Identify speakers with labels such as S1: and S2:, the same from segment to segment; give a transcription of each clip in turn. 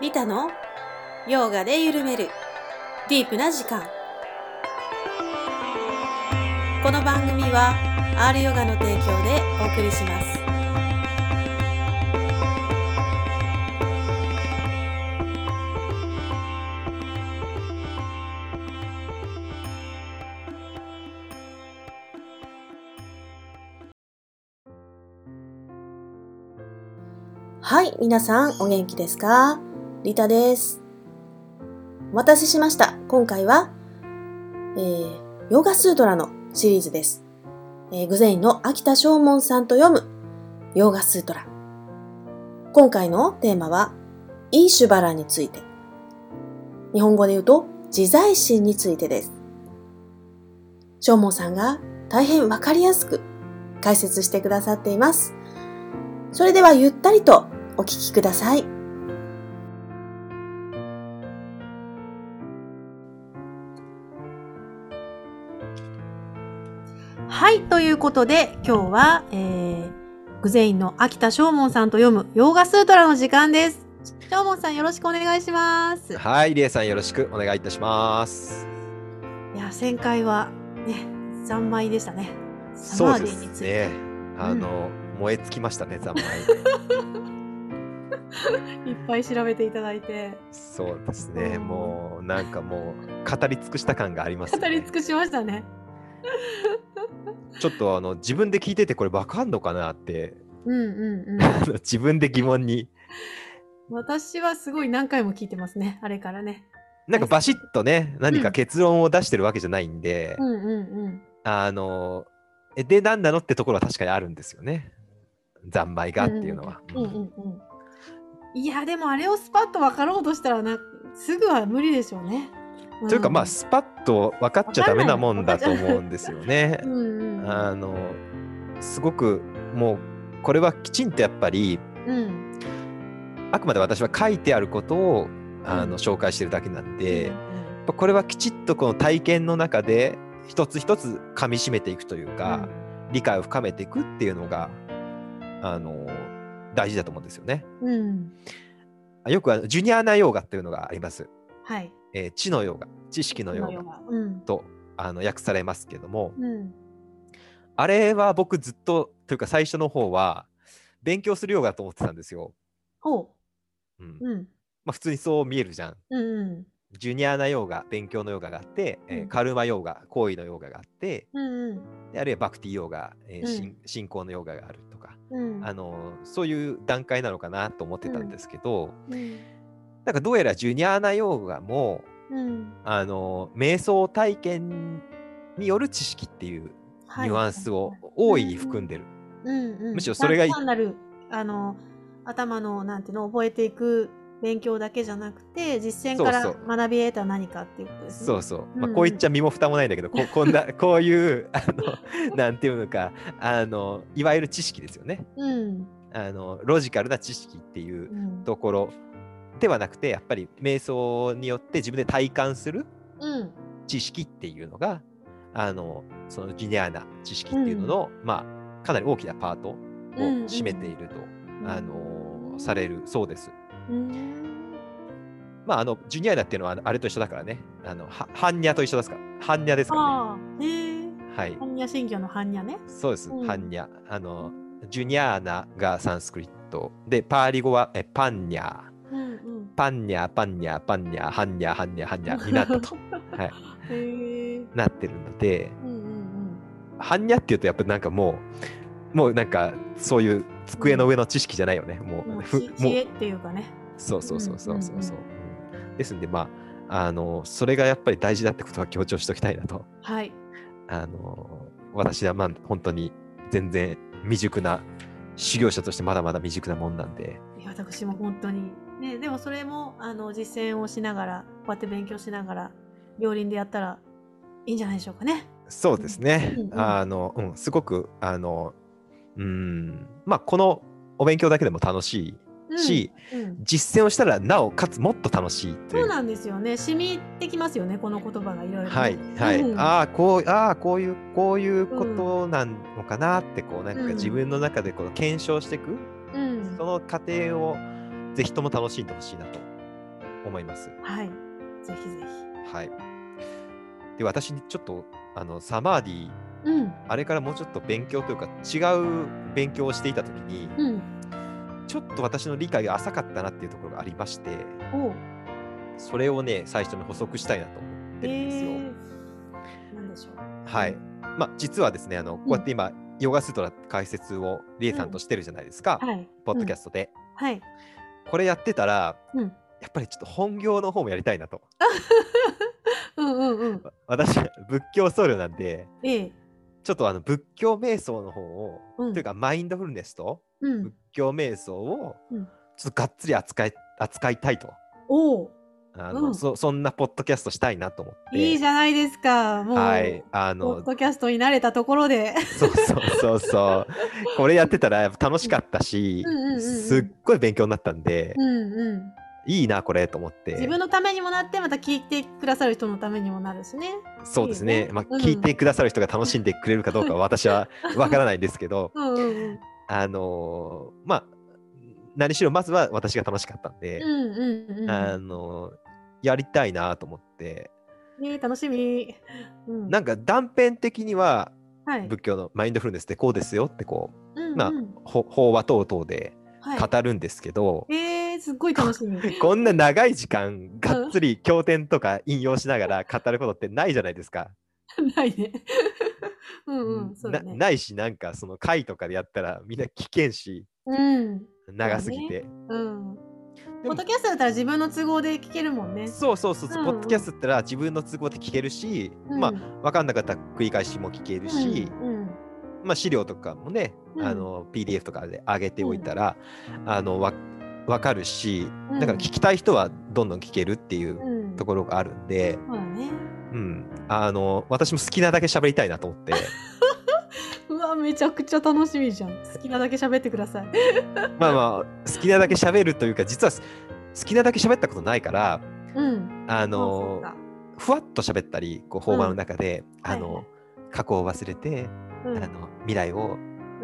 S1: リタのヨガで緩めるディープな時間この番組は R ヨガの提供でお送りしますはい皆さんお元気ですかリタですお待たせしました今回は、えー、ヨガスートラのシリーズです、えー、グゼインの秋田正門さんと読むヨガスートラ今回のテーマはイーシュバラについて日本語で言うと自在心についてです正門さんが大変わかりやすく解説してくださっていますそれではゆったりとお聞きください。はい、ということで今日は、えー、グゼインの秋田正門さんと読むヨーガスートラの時間です。正門さんよろしくお願いします。い
S2: はい、りえさんよろしくお願いいたします。
S1: や、旋回はね、三枚でしたね。サ
S2: そ
S1: マー
S2: う
S1: デ
S2: で
S1: ィについ
S2: す
S1: て
S2: ね。あの、燃え尽きましたね、ざん まい。
S1: いっぱい調べていただいて、
S2: そうですね、
S1: うん
S2: もうなんかもう語り尽くした感があります、ね。
S1: 語り尽くしましたね。
S2: ちょっとあの自分で聞いててこれわかんのかなって、
S1: うんうんうん。
S2: あの自分で疑問に、
S1: 私はすごい何回も聞いてますね、あれからね。
S2: なんかバシッとね、何か結論を出してるわけじゃないんで、
S1: うんうんうん。
S2: あの、えで、なんなのってところは確かにあるんですよね。ざんまいがっていうのは。
S1: うんうんうん。いや、でもあれをスパッと分かろうとしたらな、すぐは無理でしょうね。
S2: というかまあ
S1: ん
S2: スパッと分かっちゃダメなもんだと思うんですよね
S1: う。んうん
S2: あのすごくもうこれはきちんとやっぱり
S1: うん。
S2: あくまで私は書いてあることをあの紹介してるだけなん
S1: う
S2: で、やっ
S1: んうん
S2: ぱこれはきちっとこの体験の中で一つ一つ噛みしめていくというか、理解を深めていくっていうのがあの大事だと思うんですよね。
S1: うんうん。
S2: よくあのジュニアーナヨーガっていうのがあります。
S1: はい。
S2: えー知のヨーガ知識のヨーガ
S1: が。うん。
S2: とあの訳されますけども、
S1: うん。
S2: あれは僕ずっとというか最初の方は勉強するようだと思ってたんですよ。
S1: おう。
S2: うん
S1: うん。
S2: まあ、普通にそう見えるじゃん。
S1: うんうん。
S2: ジュニアなヨーガ、勉強のヨーガがあって、えー
S1: うん
S2: カルマヨーガ、行為のヨーガがあって、
S1: うん
S2: であるいはバクティヨーガ、えー
S1: うん
S2: 信信仰のヨーガがあるとか、
S1: うん。
S2: あのーそういう段階なのかなと思ってたんですけど、
S1: うん。
S2: なんかどうやらジュニアなヨーガも、
S1: うん。
S2: あのー瞑想体験による知識っていうニュアンスを大いに含んでる。
S1: うんうん、
S2: むしろそれが
S1: 単単なるあの頭のなんていうの覚えていく勉強だけじゃなくて実践から
S2: そうそ
S1: 学び得た何かっていうことですね。
S2: そうそう、まあ、
S1: うん
S2: こう言っちゃ身も蓋もないんだけど、ここんなこういうあのなんていうのかあのいわゆる知識ですよね
S1: うん
S2: あのロジカルな知識っていう
S1: うん
S2: ところではなくてやっぱり瞑想によって自分で体感する
S1: うん
S2: 知識っていうのがあのそのジュニアな知識っていうのの、まあ、かなり大きなパートを占めていると、あのされるそうです。
S1: うん
S2: まあ、あのジュニアなっていうのはあのあれと一緒だからねあのは般若と一緒ですから般若ですからね。
S1: ああへえ
S2: はい、
S1: 般若心経の般若ね。
S2: そうです、
S1: うん
S2: パンニャ。あの、ジュニアーナがサンスクリットで、パーリ語はえパンニャ、
S1: うんうん、
S2: パンニャ、パンニャ、パンニャ、ハンニャ、ハンニャ、ハンニャにな ったと、はい、
S1: へえ
S2: なってるので、
S1: うんうん
S2: ハンニャっていうと、やっぱなんかもう、もうなんかそういう机の上の知識じゃないよね。も
S1: うん。も
S2: う、
S1: う
S2: ふ
S1: 知
S2: も
S1: 知
S2: う
S1: 恵っていうかね。
S2: そうそうそうそうそうそう
S1: う。
S2: うんですんで、まあ、あの、それがやっぱり大事だってことは強調しておきたいなと。
S1: はい。
S2: あの私はまあ本当に全然未熟な修行者としてまだまだ未熟なもんなんで
S1: いや私も本当に、ね、でもそれもあの実践をしながらこうやって勉強しながら両輪でやったらいいんじゃないでしょうかね。
S2: そうですね、
S1: うんうん
S2: あの、うん、すごくあのうんまあこのお勉強だけでも楽し
S1: うん
S2: いし、
S1: うん
S2: 実践をしたらなおかつもっと楽しいと
S1: そ
S2: い
S1: う
S2: う。
S1: なんですよね染みてきますよねこの言葉がいろいろね。
S2: はいはい、
S1: うん
S2: ああこうああこういうこういうことなのかなってこうなんか
S1: うん
S2: 自分の中でこう検証していく、
S1: うん
S2: その過程をぜひとも楽しんでほしいなと思います。
S1: はい。ぜひぜ
S2: はい。で、私にちょっと、あの、サマーディ、
S1: ひ。うん。
S2: あれからもうちょっと勉強というか、違う勉強をしていたときに、
S1: うん。
S2: ちょっと私の理解が浅かったなっていうところがありまして、
S1: おう。
S2: それをね、最初に補足したいなと思ってるんですよ。
S1: ーなんでしょう。
S2: はい。まあ、実はですね、あの、こうやって今、ヨガストラ解説をリエさんとしてるじゃないですか、
S1: はい。
S2: ポッドキャ
S1: ス
S2: ストで。
S1: ト。はい。
S2: これやってたら、
S1: うん。
S2: やっぱりちょっと本業の方もやりたいなと。
S1: うんうんうん。
S2: 私、仏教僧侶なんで、
S1: ええ。
S2: ちょっとあの仏教瞑想の方を、
S1: うん
S2: というかマインドフルネスと
S1: う
S2: 仏
S1: ん。
S2: 教瞑想を
S1: うん
S2: ちょっとがっつり扱い扱いたいと
S1: おう。
S2: あの、
S1: うん
S2: そそんなポッドキャストしたいなと思って
S1: いいじゃないですか。もう。
S2: はいあ
S1: ポッ
S2: の
S1: ドキャストに慣れたところで。
S2: そうそうそ うそうこれやってたらやっぱ楽しかったし、
S1: うんうんうんうん
S2: すっごい勉強になったんで、
S1: うんうん。
S2: いいなこれと思って
S1: 自分のためにもなって、また聞いてくださる人のためにもなるしね。
S2: そうですね
S1: いいね
S2: まあ、
S1: うん
S2: 聞いてくださる人が楽しんでくれるかどうかは 私はわからないんですけど
S1: うんうん
S2: あのーまあ何しろまずは私が楽しかったんで。
S1: うん。うんうんうん。
S2: あのやりたいなと思って
S1: ねえ楽しみ。うん
S2: なんか断片的には
S1: はい。
S2: 仏教のマインドフルネスってこうですよってこう
S1: うんうん
S2: まあほ法話等々で
S1: は
S2: 語るんですけど、
S1: い。えー、すっごい楽し み。
S2: こんな長い時間がっつり経典とか引用しながら語ることってないじゃないですか。
S1: ないね。 うんうん、そうだ
S2: な
S1: ね。
S2: ないしなんかその会とかでやったらみんな危険し
S1: うん。
S2: 長すぎて。
S1: うん。
S2: で
S1: ポッ
S2: も
S1: ドキャストだったら自分の都合で聞けるもんね。
S2: そうそうそうそう、
S1: うんうん
S2: ポッドキャストってのは自分の都合で聞けるし、
S1: うん
S2: まあ分かんなかったら繰り返しも聞けるし、
S1: うん
S2: まあ、資料とかもね、
S1: うん
S2: あの PDF とかで上げておいたら、あのわ分かるし
S1: うん
S2: だから聞きたい人はどんどん聞けるっていううん
S1: うん、
S2: ところがあるんで、
S1: そうだね。
S2: うん、あの私も好きなだけ喋りたいなと思って
S1: うわ、めちゃくちゃ楽しみじゃん。好きなだけ喋ってください。
S2: まあまあ好きなだけ喋るというか実は好きなだけ喋ったことないから
S1: うん。
S2: あ
S1: そう
S2: の
S1: か
S2: ふわっと喋ったりこう法話の中で、
S1: うん
S2: あの、
S1: はい
S2: 過去を忘れて、
S1: そう
S2: あ
S1: か
S2: の未来
S1: う
S2: を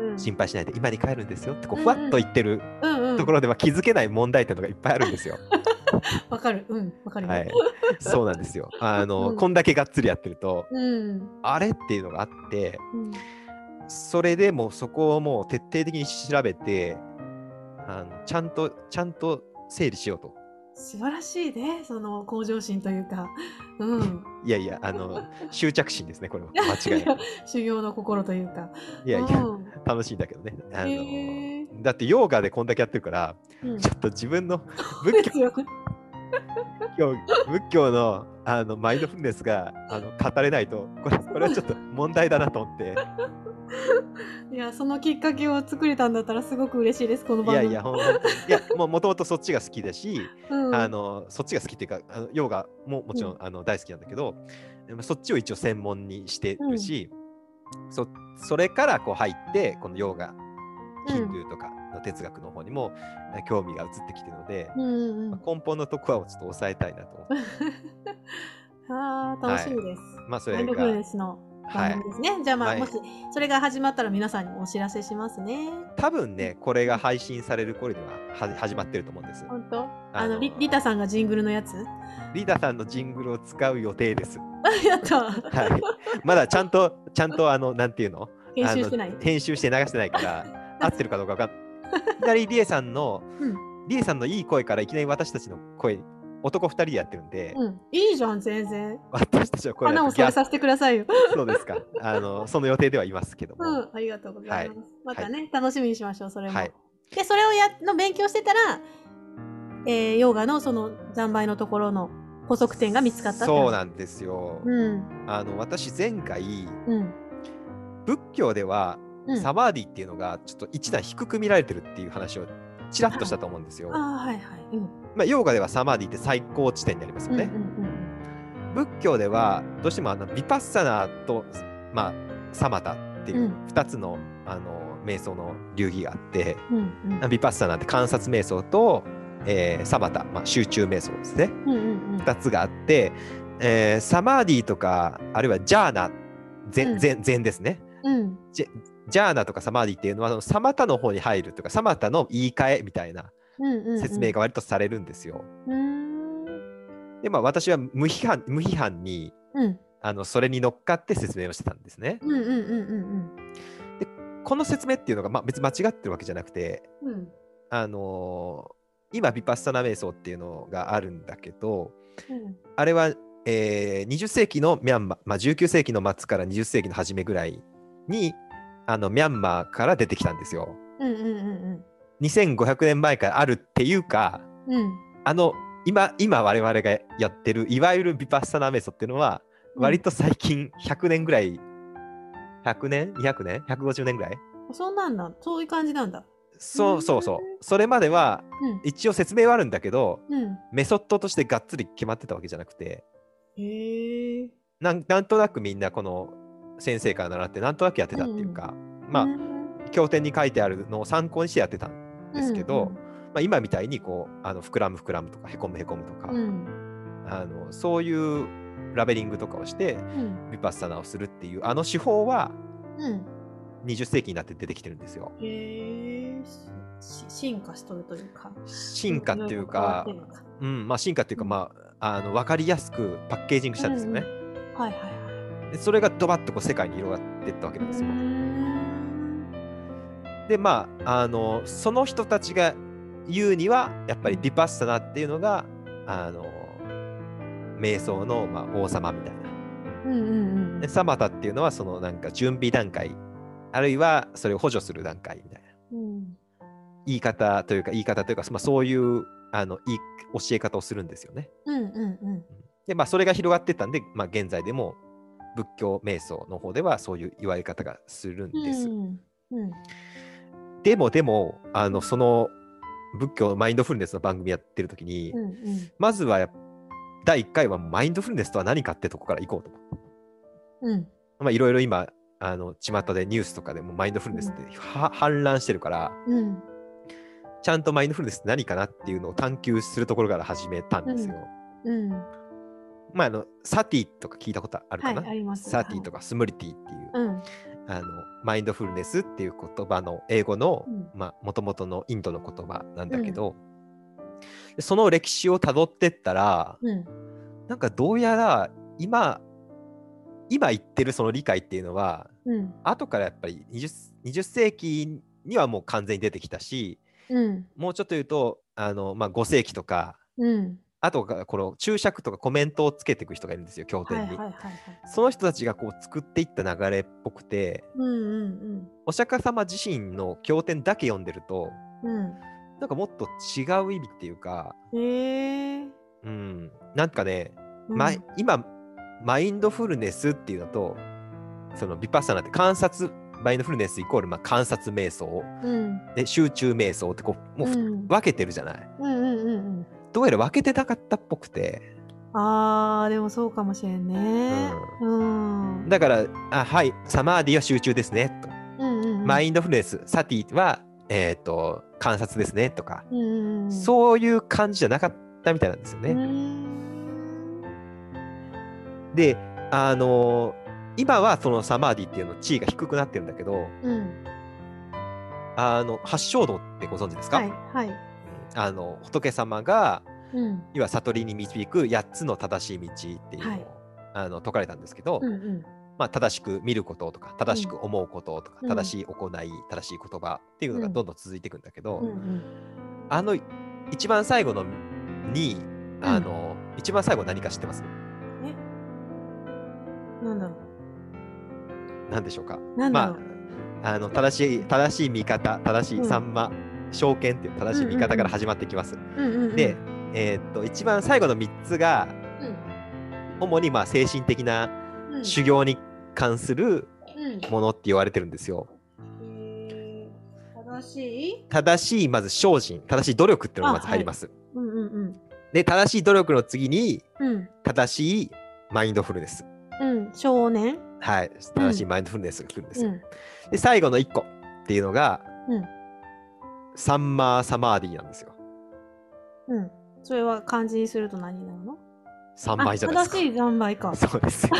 S1: んうん
S2: 心配しないで今に帰るんですよってこう
S1: うん
S2: ふわっと言ってる
S1: うんうん
S2: ところでは気づけない問題点とかいっぱいあるんですよ。
S1: わかる。うん。わかるよ。
S2: はい、そうなんですよ。あの、
S1: うん
S2: こんだけがっつりやってると、
S1: うん。
S2: あれっていうのがあって、
S1: うん。
S2: それでもうそこをもう徹底的に調べて、あのちゃんと、ちゃんと整理しようと。
S1: 素晴らしいね。その向上心というか。うん。
S2: いやいや、あの、執着心ですね、こ れは。間違いない。
S1: 修行の心というか。
S2: いやいうや、
S1: ん
S2: 楽しいんだけどね。あ
S1: へ
S2: の
S1: ー
S2: だって、ヨーガでこんだけやってるから、
S1: うん
S2: ちょっと自 分の
S1: で
S2: 仏
S1: すよね
S2: 教、仏教の、あの、マインドフルネスが、あの、語れないと、これ、これはちょっと問題だなと思って。
S1: いや、そのきっかけを作れたんだったらすごく嬉しいです、この
S2: い
S1: 番
S2: や
S1: 組。
S2: いや、ほんとにいや、もうもともとそっちが好きだし、
S1: うん、
S2: あのそっちが好きっていうかあのヨガももちろん、
S1: う
S2: あの大好きなんだけどでもそっちを一応専門にしてるし、そそれからこう入ってこのヨガ
S1: うん
S2: ヒンドゥーとかの哲学の方にもえ興味が移ってきてるので、
S1: うんうんう
S2: ま
S1: ん
S2: あ、根本のとこはちょっと抑えたいなと思って、
S1: あー楽しみです。
S2: まあそ
S1: マイ
S2: れ
S1: ンド
S2: が
S1: フルネスの
S2: は
S1: 番
S2: い
S1: 組ですね。じゃあまあ、
S2: はい
S1: もしそれが始まったら皆さんにもお知らせしますね。
S2: 多分ねこれが配信される頃にはは始まってると思うんです
S1: 本当あ
S2: あ
S1: の
S2: の
S1: リリタさんがジングルのやつ
S2: リーダーさんのジングルを使う予定です、
S1: やった
S2: はい、 まだちゃんとちゃんとあのなんていうの
S1: 編集してな
S2: あ
S1: い
S2: の。編集して流してないから 合ってるかどうかわかんいきなりリエさんの、
S1: う
S2: リエさんのいい声からいきなり私たちの声男2人でやってるんで、
S1: うん、いいじゃん、全然。
S2: 私たちの声だ
S1: 花
S2: と
S1: を
S2: ギ
S1: 添
S2: ャ
S1: えさせてくださいよ。
S2: そうですかあのその予定ではいますけども、
S1: うん、ありがとうございます。またね、楽しみにしましょう、それも。
S2: はい
S1: で、それをやの勉強してたら、えー、ヨガのその残骸のところの補足点が見つかったって
S2: そう
S1: だ。
S2: なんですよ、
S1: うん、
S2: あの私前回
S1: うん、
S2: 仏教では、
S1: うん。
S2: サマーディっていうのがちょっと一段低く見られてるっていう話をちらっとしたと思うんですよ、
S1: ああ、はいはい。うん。
S2: まあ、ヨーガではサマーディって最高地点になりますよね、
S1: うんうん
S2: 仏教ではどうしてもあのヴィパッサナーと、まあ、サマタっていううん2つの,、あの瞑想の流儀があって
S1: うんうん
S2: ヴィパッサナーって観察瞑想と、えーサマタ、まあ、集中瞑想ですね
S1: うんうんうん
S2: 2つがあって、えーサマーディとかあるいはジャーナ
S1: うん
S2: 禅禅禅ですね
S1: うん
S2: ジャーナとかサマーディっていうのはそのサマタの方に入るというかサマタの言い換えみたいな
S1: うんうんうん
S2: 説明が割とされるんですよ。
S1: うーん
S2: で、まあ、私は無批判無批判に
S1: うん
S2: あのそれに乗っかって説明をしてたんですね。
S1: うんうんうん
S2: この説明っていうのが、まあ、別に間違ってるわけじゃなくて、
S1: うんうん
S2: あのー今、ヴィパッサナ瞑想っていうのがあるんだけど、
S1: うん
S2: あれは、えー20世紀のミャンマー、まあ、19世紀の末から20世紀の初めぐらいにあのミャンマーから出てきたんですよ。
S1: うんうんうん
S2: 2500年前からあるっていうか、
S1: うんうん
S2: あの今、今我々がやってるいわゆるヴィパッサナ瞑想っていうのは、割と最近100年ぐらい、100年 ?200 年 ?150 年ぐらい
S1: そんなんだそういう感じなんだ
S2: そうそうそう。それまでは
S1: うん
S2: 一応説明はあるんだけど、
S1: うん
S2: メソッドとしてがっつり決まってたわけじゃなくて、
S1: へえ
S2: なんなんとなくみんなこの先生から習ってなんとなくやってたっていうか、まあ経典に書いてあるのを参考にしてやってたんですけど、まあ、今みたいにこうあの膨らむ膨らむとかへこむへこむとか、
S1: うん
S2: あのそういうラベリングとかをして
S1: うん
S2: ヴィパッサナをするっていうあの手法は
S1: うん
S2: 20世紀になって出てきてるんですよ。
S1: へえ進化しとるというか
S2: 進化っていうか、
S1: いろいろ変わってるの
S2: うんまあ、進化っていうか、まあ、あの分かりやすくパッケージングしたんですよね。
S1: かはいはいはい
S2: でそれがドバッとこう世界に広がっていったわけなんですよ。
S1: うん
S2: でまああのその人たちが言うにはやっぱりヴィパッサナっていうのがあの瞑想の、まあ、王様みたいな
S1: うんうんうん
S2: でサマタっていうのはそのなんか準備段階あるいはそれを補助する段階みたいな
S1: うん
S2: 言い方というか言い方というか、まあ、そういうあのいい教え方をするんですよね。
S1: うんうん
S2: でまあそれが広がってったんで、まあ、現在でも仏教瞑想の方ではそういう言われ方がするん
S1: うん
S2: で
S1: う
S2: す。
S1: んうん
S2: でもでもあのその仏教のマインドフルネスの番組やってる時に、
S1: うんうん
S2: まずはやっ第1回はマインドフルネスとは何かってとこから行こうと思って。
S1: うん
S2: まあいろいろ今、あの巷でニュースとかでもマインドフルネスっては氾濫してるから、
S1: うん
S2: ちゃんとマインドフルネスって何かなっていうのを探求するところから始めたんですよ。
S1: うん
S2: まああの、サティとか聞いたことあ
S1: は
S2: るか
S1: い
S2: な、
S1: あります
S2: サティと
S1: か
S2: かスムリティっていう、
S1: うん
S2: あのマインドフルネスっていう言葉の英語の
S1: うん
S2: まあもともとのインドの言葉なんだけど、でその歴史をたどってったら、
S1: うん
S2: なんかどうやら今今言ってるその理解っていうのは
S1: うん
S2: 後からやっぱり 20, 20世紀にはもう完全に出てきたし
S1: うん
S2: もうちょっと言うとあの、まあ、5世紀とか
S1: うん
S2: あとがこの注釈とかコメントをつけていく人がいるんですよ経
S1: はい
S2: 典
S1: はい
S2: に、
S1: はいはい
S2: その人たちがこう作っていった流れっぽくて
S1: うんうん
S2: お釈迦様自身の経典だけ読んでると
S1: うん
S2: なんかもっと違う意味っていうか、
S1: うんへえ
S2: うん、なんかねま今マインドフルネスっていうのとそのヴィパッサナって観察マインドフルネスイコールまあ観察瞑想
S1: うん
S2: で集中瞑想ってこうもうふ、
S1: うん
S2: 分けてるじゃない
S1: うんうんうんうん
S2: どうやら分けてなかったっぽくて
S1: あーでもそうかもしれんねうん
S2: だからあはいサマーディは集中ですねと、
S1: うんうん
S2: マインドフルネスサティはえっ、と観察ですねとか、
S1: うんうん
S2: そういう感じじゃなかったみたいなんですよ
S1: う
S2: ね、
S1: ん
S2: であのー今はそのサマーディっていうの地位が低くなってるんだけど、
S1: うん
S2: あの八正道ってご存知ですか、
S1: はいはい
S2: あの仏様が
S1: うん
S2: 要は悟りに導く8つの正しい道っていうのを、
S1: はい
S2: あの説かれたんですけど、
S1: うんうん
S2: まあ、正しく見ることとか正しく思うこととか、
S1: うん
S2: 正しい行い正しい言葉っていうのがどんどん続いていくんだけど、
S1: うんうん
S2: あの一番最後のにあの、一番最後何か知ってます
S1: なんだろ
S2: 何でしょうか
S1: うなんだろ
S2: ま
S1: う
S2: ああの正しい正しい見方正し
S1: う
S2: い
S1: ん
S2: さんま証券っていう正しい見方から始まってきます。
S1: うんうんうん
S2: で、えーっと一番最後の3つが
S1: うん
S2: 主にまあ精神的な
S1: うん
S2: 修行に関する
S1: うん
S2: ものって言われてるんですよ。
S1: えー正しい
S2: 正しいまず精進正しい努力っていうのが
S1: あ
S2: まず
S1: はい
S2: 入ります。
S1: うんうん
S2: で正しい努力の次に
S1: うんうん
S2: 正しいマインドフルネス。
S1: うん少年
S2: はい正しいマインドフルネスが来るんです
S1: う
S2: よ。
S1: ん
S2: で最後の1個っていうのが、
S1: うん
S2: サンマーサマーディなんですよ。
S1: うんそれは漢字にすると何になるの
S2: 3倍じゃない
S1: あ正し
S2: で
S1: い三倍か
S2: すか。そうで すよ。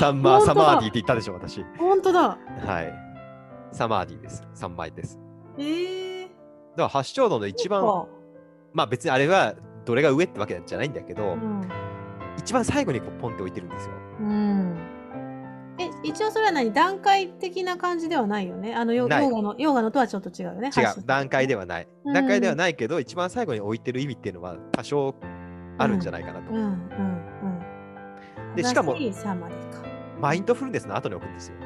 S2: サンマーサマ
S1: 本当だ
S2: ーディって言ったでしょ私。
S1: 本当だ
S2: はい。サマーディです。3倍です。
S1: ええ
S2: だから八正道の一番
S1: そっか
S2: まあ別にあれはどれが上ってわけじゃないんだけど、
S1: うん
S2: 一番最後にこうポンって置いてるんですよ。
S1: うんえ一応それは何段階的な感じではないよねあのヨ
S2: ない
S1: ヨーガのヨーガのとはちょっと違うよね
S2: 違う段階で
S1: は
S2: はない、
S1: うん
S2: 段階ではないけど一番最後に置いてる意味っていうのは多少あるんじゃないかなと、
S1: うんうんうん
S2: でしかも
S1: 正いさまでか
S2: マインドフルネスの後に置くんですよ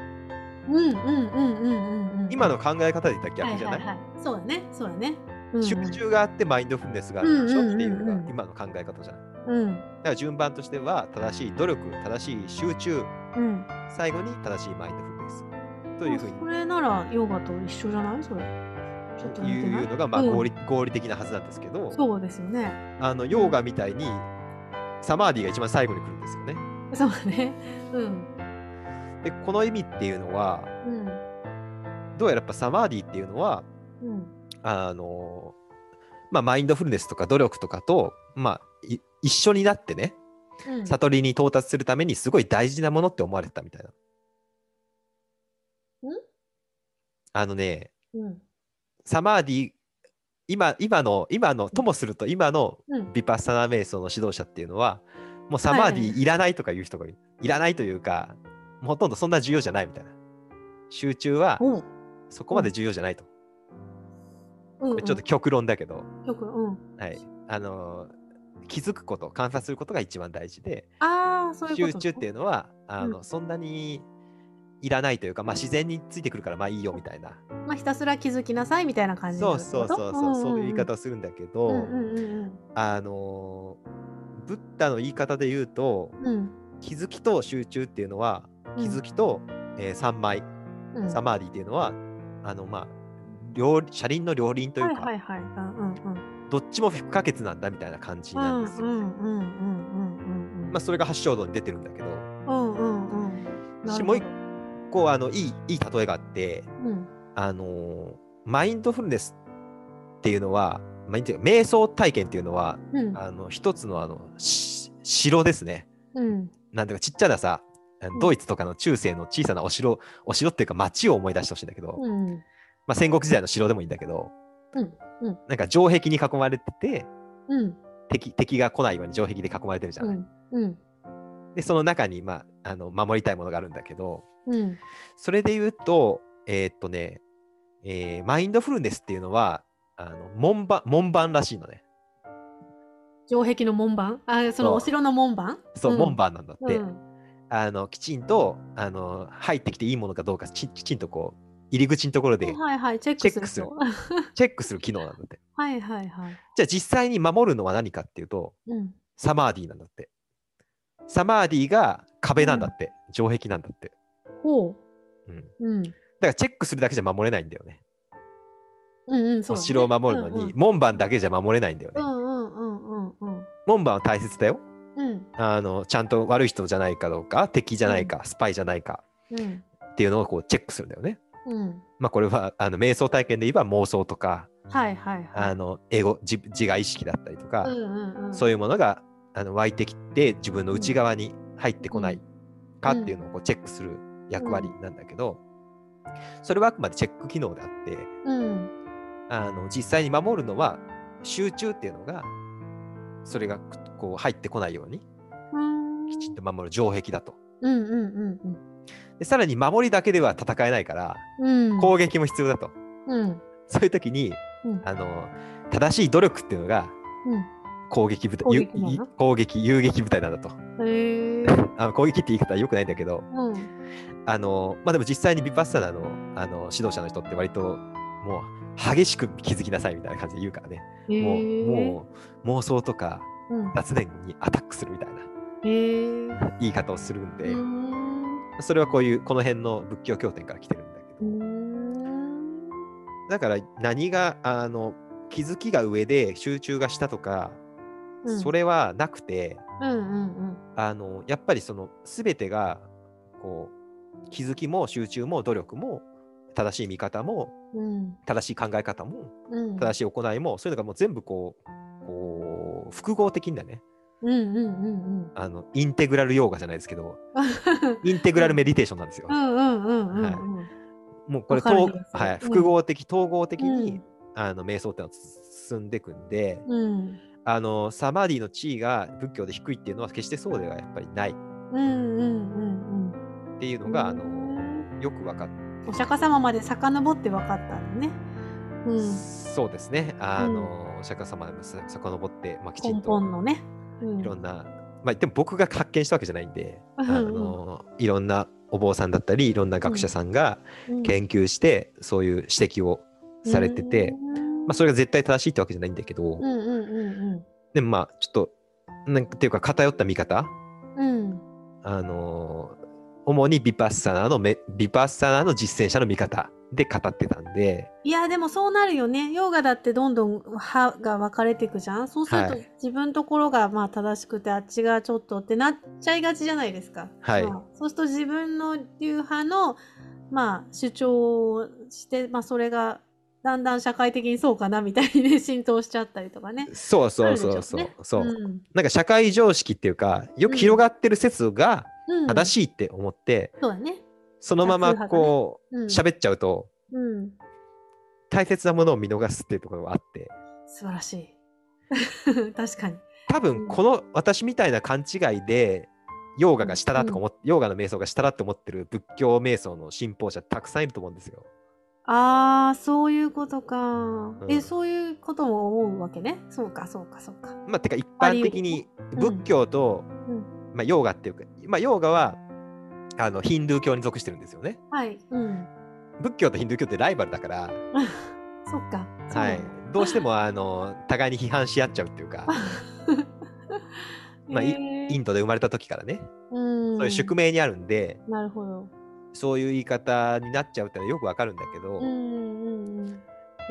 S1: うんうんうんうんうんうん
S2: 今の考え方で言ったら逆じゃな
S1: は
S2: い,、
S1: いはいはい、そうだねそうだねうん
S2: 集中があってマインドフルネスがあるでしょってい
S1: う
S2: う
S1: んうんう
S2: の
S1: んうん
S2: が今の考え方じゃないだ
S1: うん
S2: から順番としては正しい努力正しい集中
S1: うん
S2: 最後に正しいマインドフルネスというふうに
S1: これならヨガと一緒じゃないそれちょっと似てない
S2: いうのがまあ
S1: うん
S2: 合理,、合理的なはずなんですけど
S1: そうですよね
S2: あのヨーガみたいにサマーディが一番最後に来るんですよね
S1: そうだねうん
S2: でこの意味っていうのは
S1: うん
S2: どうやらやっぱサマーディっていうのは
S1: うん
S2: あのまあ、マインドフルネスとか努力とかと、まあ、い一緒になってね
S1: うん
S2: 悟りに到達するためにすごい大事なものって思われてたみたいな。
S1: ん
S2: あのね
S1: うん
S2: サマーディ今今の今のともすると今の
S1: うん
S2: ヴィパッサナ瞑想の指導者っていうのはもうサマーデ
S1: はいはいは
S2: ィいらないとか言う人がいる、いらないというかもうほとんどそんな重要じゃないみたいな集中は
S1: うん
S2: そこまで重要じゃないと、
S1: うん
S2: これちょっと極論だけど、
S1: よくうん
S2: はい、あのー気づくこと観察することが一番大事で
S1: ああそういうこと
S2: 集中っていうのはあの、そんなにいらないというか、まあ、自然についてくるからまあいいよみたいな
S1: まあ、ひたすら気づきなさいみたいな感じにな
S2: そ
S1: る
S2: う
S1: って
S2: そ
S1: こ
S2: う
S1: と
S2: そうそうそういう言い方
S1: ん
S2: をするんだけ
S1: う
S2: ど、
S1: んうんうん
S2: あのーブッダの言い方で言うと
S1: うんうん
S2: 気づきと集中っていうのは
S1: うん
S2: 気づきと、えー三昧
S1: うん
S2: サマーディっていうのは、あのまあ両車輪の両輪というか、
S1: はいはいはいうんうんうん
S2: どっちも不可欠なんだみたいな感じなんですよ、
S1: うんうんうんうんうん
S2: まあ、それが八正道に出てるんだけど。
S1: うんうんうんなるほど
S2: もう一こうあのいいいい例えがあって、
S1: うん
S2: あのーマインドフルネスっていうのは、まあ、いいんていうか瞑想体験っていうのは
S1: うん
S2: あの一つのあのし城ですね。
S1: うん
S2: なんていうかちっちゃなさあの
S1: うん
S2: ドイツとかの中世の小さなお城お城っていうか町を思い出してほしいんだけど、
S1: うん
S2: まあ、戦国時代の城でもいいんだけど、
S1: うんうん
S2: なんか城壁に囲まれてて
S1: うん
S2: 敵敵が来ないように城壁で囲まれてるじゃ
S1: う
S2: ない。
S1: んうん
S2: でその中に、まあ、あの守りたいものがあるんだけど、
S1: うん
S2: それで言うと、えーっとね、えーマインドフルネスっていうのは、あの門番門番らしいのね。
S1: 城壁の門番あその
S2: そう
S1: お城の門番
S2: そう、
S1: ん
S2: 門番なんだって、
S1: うん
S2: あの。きちんとあの入ってきていいものかどうかき、きちんとこう、入り口のところで
S1: はいはいチェッ
S2: チ
S1: クす
S2: ェック
S1: る
S2: する
S1: と
S2: チェックする機能なんだって。
S1: はいはいはい
S2: じゃあ実際に守るのは何かっていうと、
S1: うん
S2: サマーディなんだって。サマーディが壁なんだって、城壁なんだって。
S1: ほ
S2: うん、だ
S1: ううん
S2: からチェックするだけじゃ守れないんだよね。
S1: うんうんそう
S2: お
S1: だね
S2: 城を守るのに、門番だけじゃ守れないんだよ
S1: う
S2: ね。
S1: んうんうんうんうんうん
S2: 門番は大切だよ。
S1: うん
S2: あのちゃんと悪い人じゃないかどうか敵じゃないか、スパイじゃないか
S1: うん
S2: っていうのをこうチェックするんだよね。
S1: うん
S2: まあ、これはあの瞑想体験で言えば妄想とか
S1: はいはいは
S2: あ
S1: い
S2: のエゴ自自我意識だったりとか、
S1: うんうんうん
S2: そういうものがあの湧いてきて自分の内側に入ってこないかっていうのをこうチェックする役割なんだけど、それはあくまでチェック機能であって
S1: うん
S2: あの実際に守るのは集中っていうのがそれがこう入ってこないように
S1: うん
S2: きちんと守る城壁だと。
S1: うんうん
S2: でさらに守りだけでは戦えないから
S1: うんうん
S2: 攻撃も必要だと、
S1: うん
S2: そういう時に
S1: うん
S2: あの正しい努力っていうのが
S1: うん
S2: 攻撃部隊
S1: 攻
S2: ゆ
S1: 撃なの
S2: い攻撃遊撃部隊なんだと
S1: へえー
S2: あの攻撃って言い方はよくないんだけど
S1: うん
S2: あの、まあ、でも実際にビパッサナのあの指導者の人って割ともう激しく気づきなさいみたいな感じで言うからね、
S1: へえ
S2: も
S1: ー
S2: うもう妄想とか
S1: うん
S2: 雑念にアタックするみたいな
S1: へー
S2: 言い方をするん
S1: う
S2: で、
S1: ーん
S2: それはこういうこの辺の仏教経典から来てるんだ
S1: う
S2: け
S1: ー
S2: ど。
S1: ん
S2: だから何があの気づきが上で集中がしたとか、
S1: うん
S2: それはなくて
S1: うんうんうん
S2: あのやっぱりその全てがこう気づきも集中も努力も正しい見方も
S1: うん
S2: 正しい考え方も
S1: うん
S2: 正しい行いも、そういうのがもう全部こうこう複合的んだね
S1: うんうんうん
S2: あのインテグラルヨーガじゃないですけどインテグラルメディテーションなんですよ。
S1: うんうんうんうんうんうん
S2: もうこれ、
S1: わかる
S2: 統
S1: 気がする
S2: は
S1: う
S2: い、
S1: ん
S2: 複合的、統合的に、あの瞑想っていうのは進んでいくんで、
S1: うん
S2: あのサマディの地位が仏教で低いっていうのは決してそうではやっぱりないっ
S1: うんうんうん
S2: ていう
S1: う
S2: の
S1: ん。
S2: が、あの
S1: の
S2: よく分かっ
S1: お釈迦様まで遡って分かったのね。う
S2: て、
S1: ん。
S2: そうですねあの、お釈迦様でもさ遡って、まあ、きちん
S1: 根
S2: と
S1: 本のね。うん
S2: いろんな、まあ、でも僕が発見したわけじゃないんで、
S1: うん
S2: あのいろんなお坊さんだったりいろんな学者さんが
S1: うん
S2: 研究して、そういう指摘をされてて、
S1: うん
S2: まあ、それが絶対正しいってわけじゃないんだけど、
S1: うんうんうん
S2: でもまあちょっとなんかっていうか偏った見方
S1: うん。うん。
S2: あのー主にビパッサナーのめビパッサナーの実践者の見方で語ってたんで
S1: いやでもそうなるよね。ヨーガだってどんどん歯が分かれていくじゃん。そうすると
S2: はい
S1: 自分のところがまあ正しくてあっちがちょっとってなっちゃいがちじゃないですか。
S2: はい
S1: まあそうすると自分の流派のまあ主張をして、まあ、それがだんだん社会的にそうかなみたいにね浸透しちゃったりとかね。
S2: そうそうそうそう、
S1: あるでしょうね
S2: そう、
S1: うん
S2: なんか社会常識っていうかよく広がってる説が
S1: うん、
S2: 正
S1: しい。
S2: しいって思って、
S1: そうだね。
S2: そのままこ
S1: うん
S2: う喋っちゃうと
S1: うん、
S2: 大切なものを見逃すっていうところがあって
S1: 素晴らしい。 確かに。
S2: 多分この私みたいな勘違いでヨーガが下だとか思っ、ヨーガの瞑想が下だって思ってる仏教瞑想の信奉者たくさんいると思うんですよ。
S1: ああそういうことか、
S2: う
S1: え
S2: ん
S1: そういうことも思うわけねそうかそうかそうか
S2: まあ、てか一般的に仏教と、
S1: うん
S2: まあ、ヨーガっていうか、まあ、ヨーガはあのヒンドゥー教に属してるんですよね。
S1: はいうん
S2: 仏教とヒンドゥー教ってライバルだから、
S1: そっかそう
S2: はい、どうしてもあの互いに批判し合っちゃうっていうか、まあいインドで生まれた時からね、
S1: うん
S2: そういう宿命にあるんで、
S1: なるほど
S2: そういう言い方になっちゃうってのはよくわかるんだけど、
S1: うんうんうん
S2: で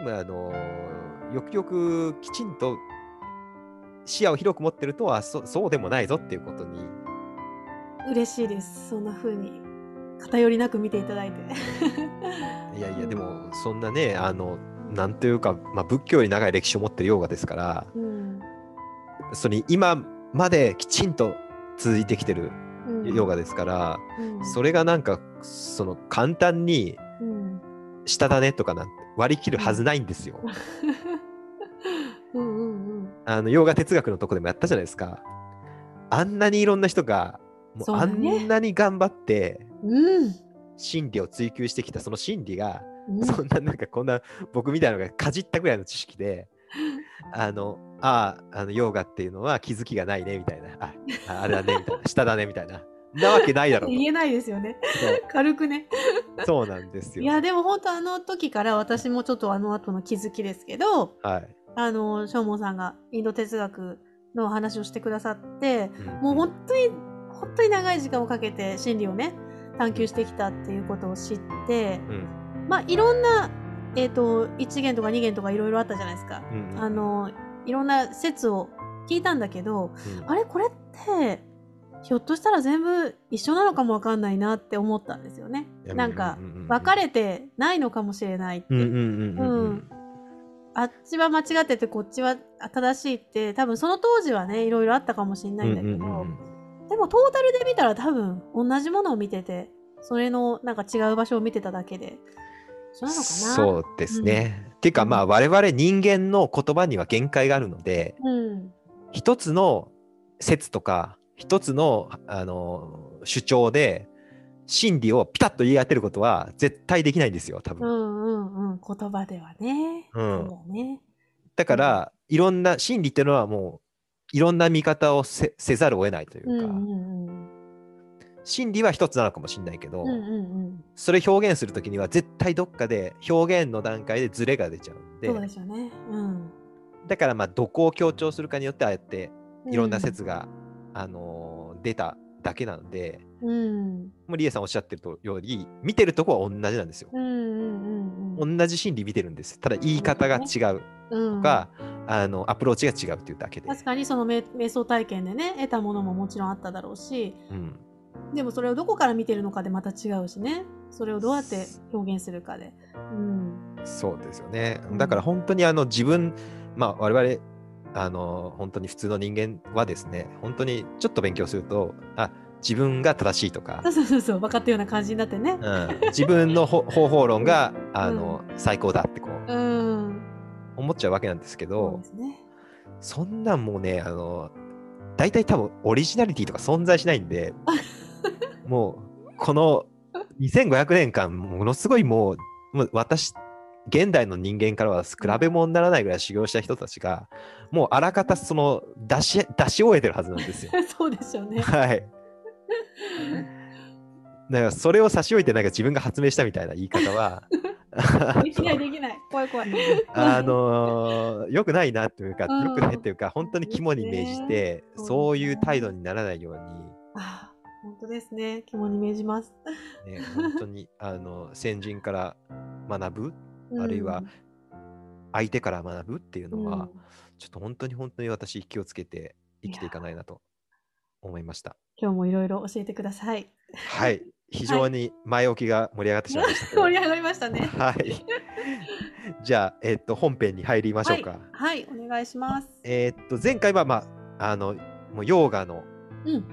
S2: もあのよくよくきちんと視野を広く持ってるとはそそうでもないぞっていうことに
S1: 嬉しいですそんな風に偏りなく見ていただいて
S2: いやいやでもそんなねあのなんというか、まあ、仏教より長い歴史を持ってるヨーガですから
S1: うん
S2: それに今まできちんと続いてきてる
S1: うん
S2: ヨーガですから、
S1: うん
S2: それがなんかその簡単に
S1: うん
S2: 下だねとかなんて割り切るはずないんですよ。
S1: うんうんうん
S2: あのヨーガ哲学のとこでもやったじゃないですか。あんなにいろんな人がもう
S1: そう
S2: あ
S1: だね
S2: んなに頑張って
S1: うん
S2: 真理を追求してきたその真理が
S1: うん
S2: そんななんかこんな僕みたいなのがかじったぐらいの知識で、あの、ああ、あの、ヨーガっていうのは気づきがないね、みたいな。あ、ああれだね、みたいな。下だね、みたいな。なわけないだろうと
S1: 言えないですよね
S2: そう
S1: 軽くね
S2: そうなんです
S1: い
S2: よ。
S1: やでも本当あの時から私もちょっとあの後の気づきですけど
S2: はい。
S1: あの正門さんがインド哲学のお話をしてくださって
S2: ん
S1: もう本当に本当に長い時間をかけて真理をね探求してきたっていうことを知って
S2: うん
S1: まあいろんな、えー、と1元とか2元とかいろいろあったじゃないですか。
S2: うん
S1: あのいろんな説を聞いたんだけど
S2: うん
S1: あれこれってひょっとしたら全部一緒なのかもわかんないなって思ったんですよね。
S2: いや
S1: なんか
S2: うんうんうんうん
S1: 分かれてないのかもしれないって、
S2: うんうんうんうんう
S1: うんんあっちは間違っててこっちは正しいって多分その当時はねいろいろあったかもしれないんだけど、
S2: うんうんうん
S1: でもトータルで見たら多分同じものを見ててそれのなんか違う場所を見てただけでそうなのかな
S2: そうですね。っていうかまあ我々人間の言葉には限界があるので
S1: うん
S2: 一つの説とか一つのあの主張で真理をピタッと言い当てることは絶対できないんですよ多
S1: う
S2: 分。
S1: んうんうん言葉ではね、
S2: うん
S1: そうだね
S2: だからいろんな真理っていうのはもういろんな見方をせせざるを得ないという
S1: うんう
S2: か、
S1: んうん
S2: 真理は一つなのかもしれないけど、
S1: うんうんうん
S2: それ表現するときには絶対どっかで表現の段階でズレが出ちゃうんで
S1: そうでしょうねうん
S2: だからまあどこを強調するかによってああやっていろんな説が、あのー出ただけなので
S1: うん
S2: もうリエさんおっしゃってるとより見てるとこは同じなんですよ
S1: うん。うんうんうん
S2: 同じ心理見てるんですただ言い方が違う
S1: うん
S2: とか、あのアプローチが違うっていうだけで、
S1: 確かにその瞑瞑想体験でね得たものももちろんあっただろうし
S2: うん、
S1: でもそれをどこから見てるのかでまた違うしねそれをどうやって表現するかで、うん、
S2: そうですよね
S1: うん
S2: だから本当にあの自分まあ我々あの本当に普通の人間はですね本当にちょっと勉強するとあ自分が正しいとか
S1: そうそうそうそう分かったような感じになってね
S2: うん、自分のほ方法論があの、最高だってこう
S1: うん
S2: 思っちゃうわけなんですけ
S1: そう
S2: ど
S1: ですね
S2: そんなんもうね、あの、大体多分オリジナリティとか存在しない んで、もう、この2500年間、ものすごいもう、もう私、現代の人間からは比べ物にならないぐらい修行した人たちが、もうあらかたその出し、出し終えてるはずなんですよ。
S1: そうですよ ね。
S2: はい。だからそれを差し置いてなんか自分が発明したみたいな言い方 は、
S1: できないできない。怖い怖い。
S2: あのよくないなというか、
S1: うん
S2: よくないというか、本当に肝に銘じて、
S1: そうですね
S2: そういう態度にならないよう
S1: あー本当ですね。肝に銘じます。
S2: に、ね、本当に あの先人から学ぶ、
S1: うん
S2: あるいは相手から学ぶっていうのは、
S1: うん
S2: ちょっと本当に本当に私、気をつけて生きていかないなと思いました。
S1: 今日もいろいろ教えてください。
S2: はい、非常に前置きが盛り上がってしまいました けど。
S1: 盛り上がりましたね。
S2: はい。 じゃあ、えっと、本編に入りましょうか。
S1: はい、お願いします。
S2: えっと、前回は、まあ、あの、もうヨーガの
S1: うん。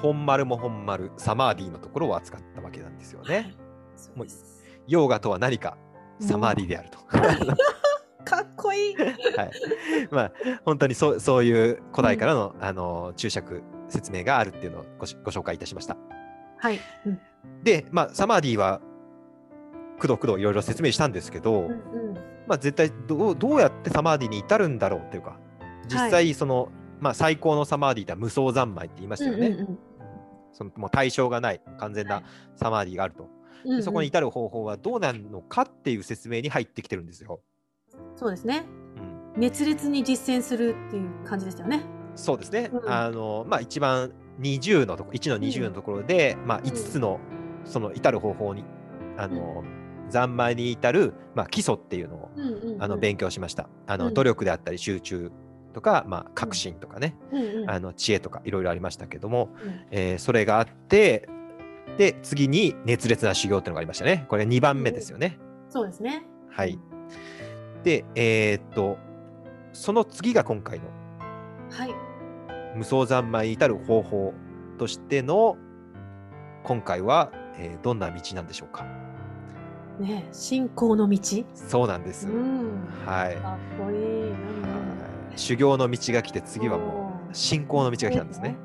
S2: 本丸も本丸、サマーディのところを扱ったわけなんですよ
S1: は
S2: ね
S1: い。。そうです
S2: ヨーガとは何か、サマーディであると。
S1: かっこいい。
S2: はい。まあ、本当にそうそういう古代からの、あの注釈、説明があるっていうのをごしご紹介いたしました。
S1: はい。うん
S2: で、まあ、サマーディは、くどくどいろいろ説明したんですけど、
S1: うんうん。
S2: まあ、絶対どうどうやってサマーディに至るんだろうというか実際その、まあ、最高のサマーディとは無双三昧って言いましたよね、
S1: うんうん
S2: そのもう対象がない完全なサマーディがあると、
S1: うんうん
S2: でそこに至る方法はどうなるのかっていう説明に入ってきてるんですよ、
S1: そうですね。
S2: うん、
S1: 熱烈に実践するっていう感じでしたよね。
S2: そうですね、
S1: うん
S2: あのまあ一番20のとこ1の20のところで、まあ、5つのその至る方法にあの、三昧に至る、まあ、基礎っていうのを
S1: うんうんうん
S2: あの勉強しました、あ
S1: う
S2: の
S1: ん
S2: 努力であったり集中とか、まあ、革新とかね、
S1: うんうん
S2: あの知恵とかいろいろありましたけども、
S1: うん
S2: えーそれがあってで次に熱烈な修行っていうのがありましたねこれ2番目ですよね、
S1: そうですね。
S2: はいでえーっとその次が今回の
S1: はい。
S2: 無双三昧に至る方法としての今回は、えーどんな道なんでしょうか
S1: ねえ、信仰の道。
S2: そうなんです、
S1: うん。
S2: はい
S1: かっこいいうんうん。
S2: はい修行の道が来て次はもう信仰の道が来たんですね、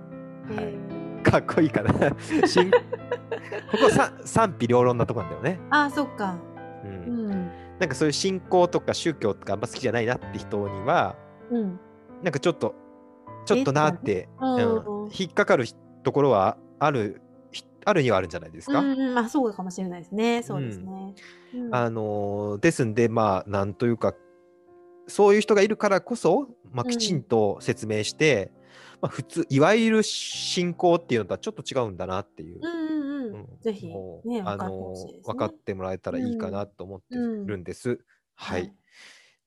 S1: おー。
S2: は
S1: へ
S2: い
S1: ー
S2: かっこいいか な信ここさ賛否両論なとこなんだよね、
S1: ああ、そっか。
S2: う、
S1: うんん。
S2: なんかそういう信仰とか宗教とかあんま好きじゃないなって人には
S1: うん。
S2: なんかちょっとちょっとなって、
S1: うん
S2: うん引っかかるところはあるひあるにはあるんじゃないですか。
S1: うんうん、まあそうかもしれないですね。そうですね。うん
S2: あのーですんでまあなんというかそういう人がいるからこそ、まあ、
S1: うん
S2: きちんと説明して、まあ、普通いわゆる信仰っていうのとはちょっと違うんだなっていう。
S1: うんうんう
S2: うん
S1: ん。ぜひ、
S2: もう
S1: ね、分
S2: あ
S1: かってほ
S2: の
S1: しいで
S2: ー
S1: す、ね。
S2: 分かってもらえたらいいかなと思ってるんです。はい
S1: はい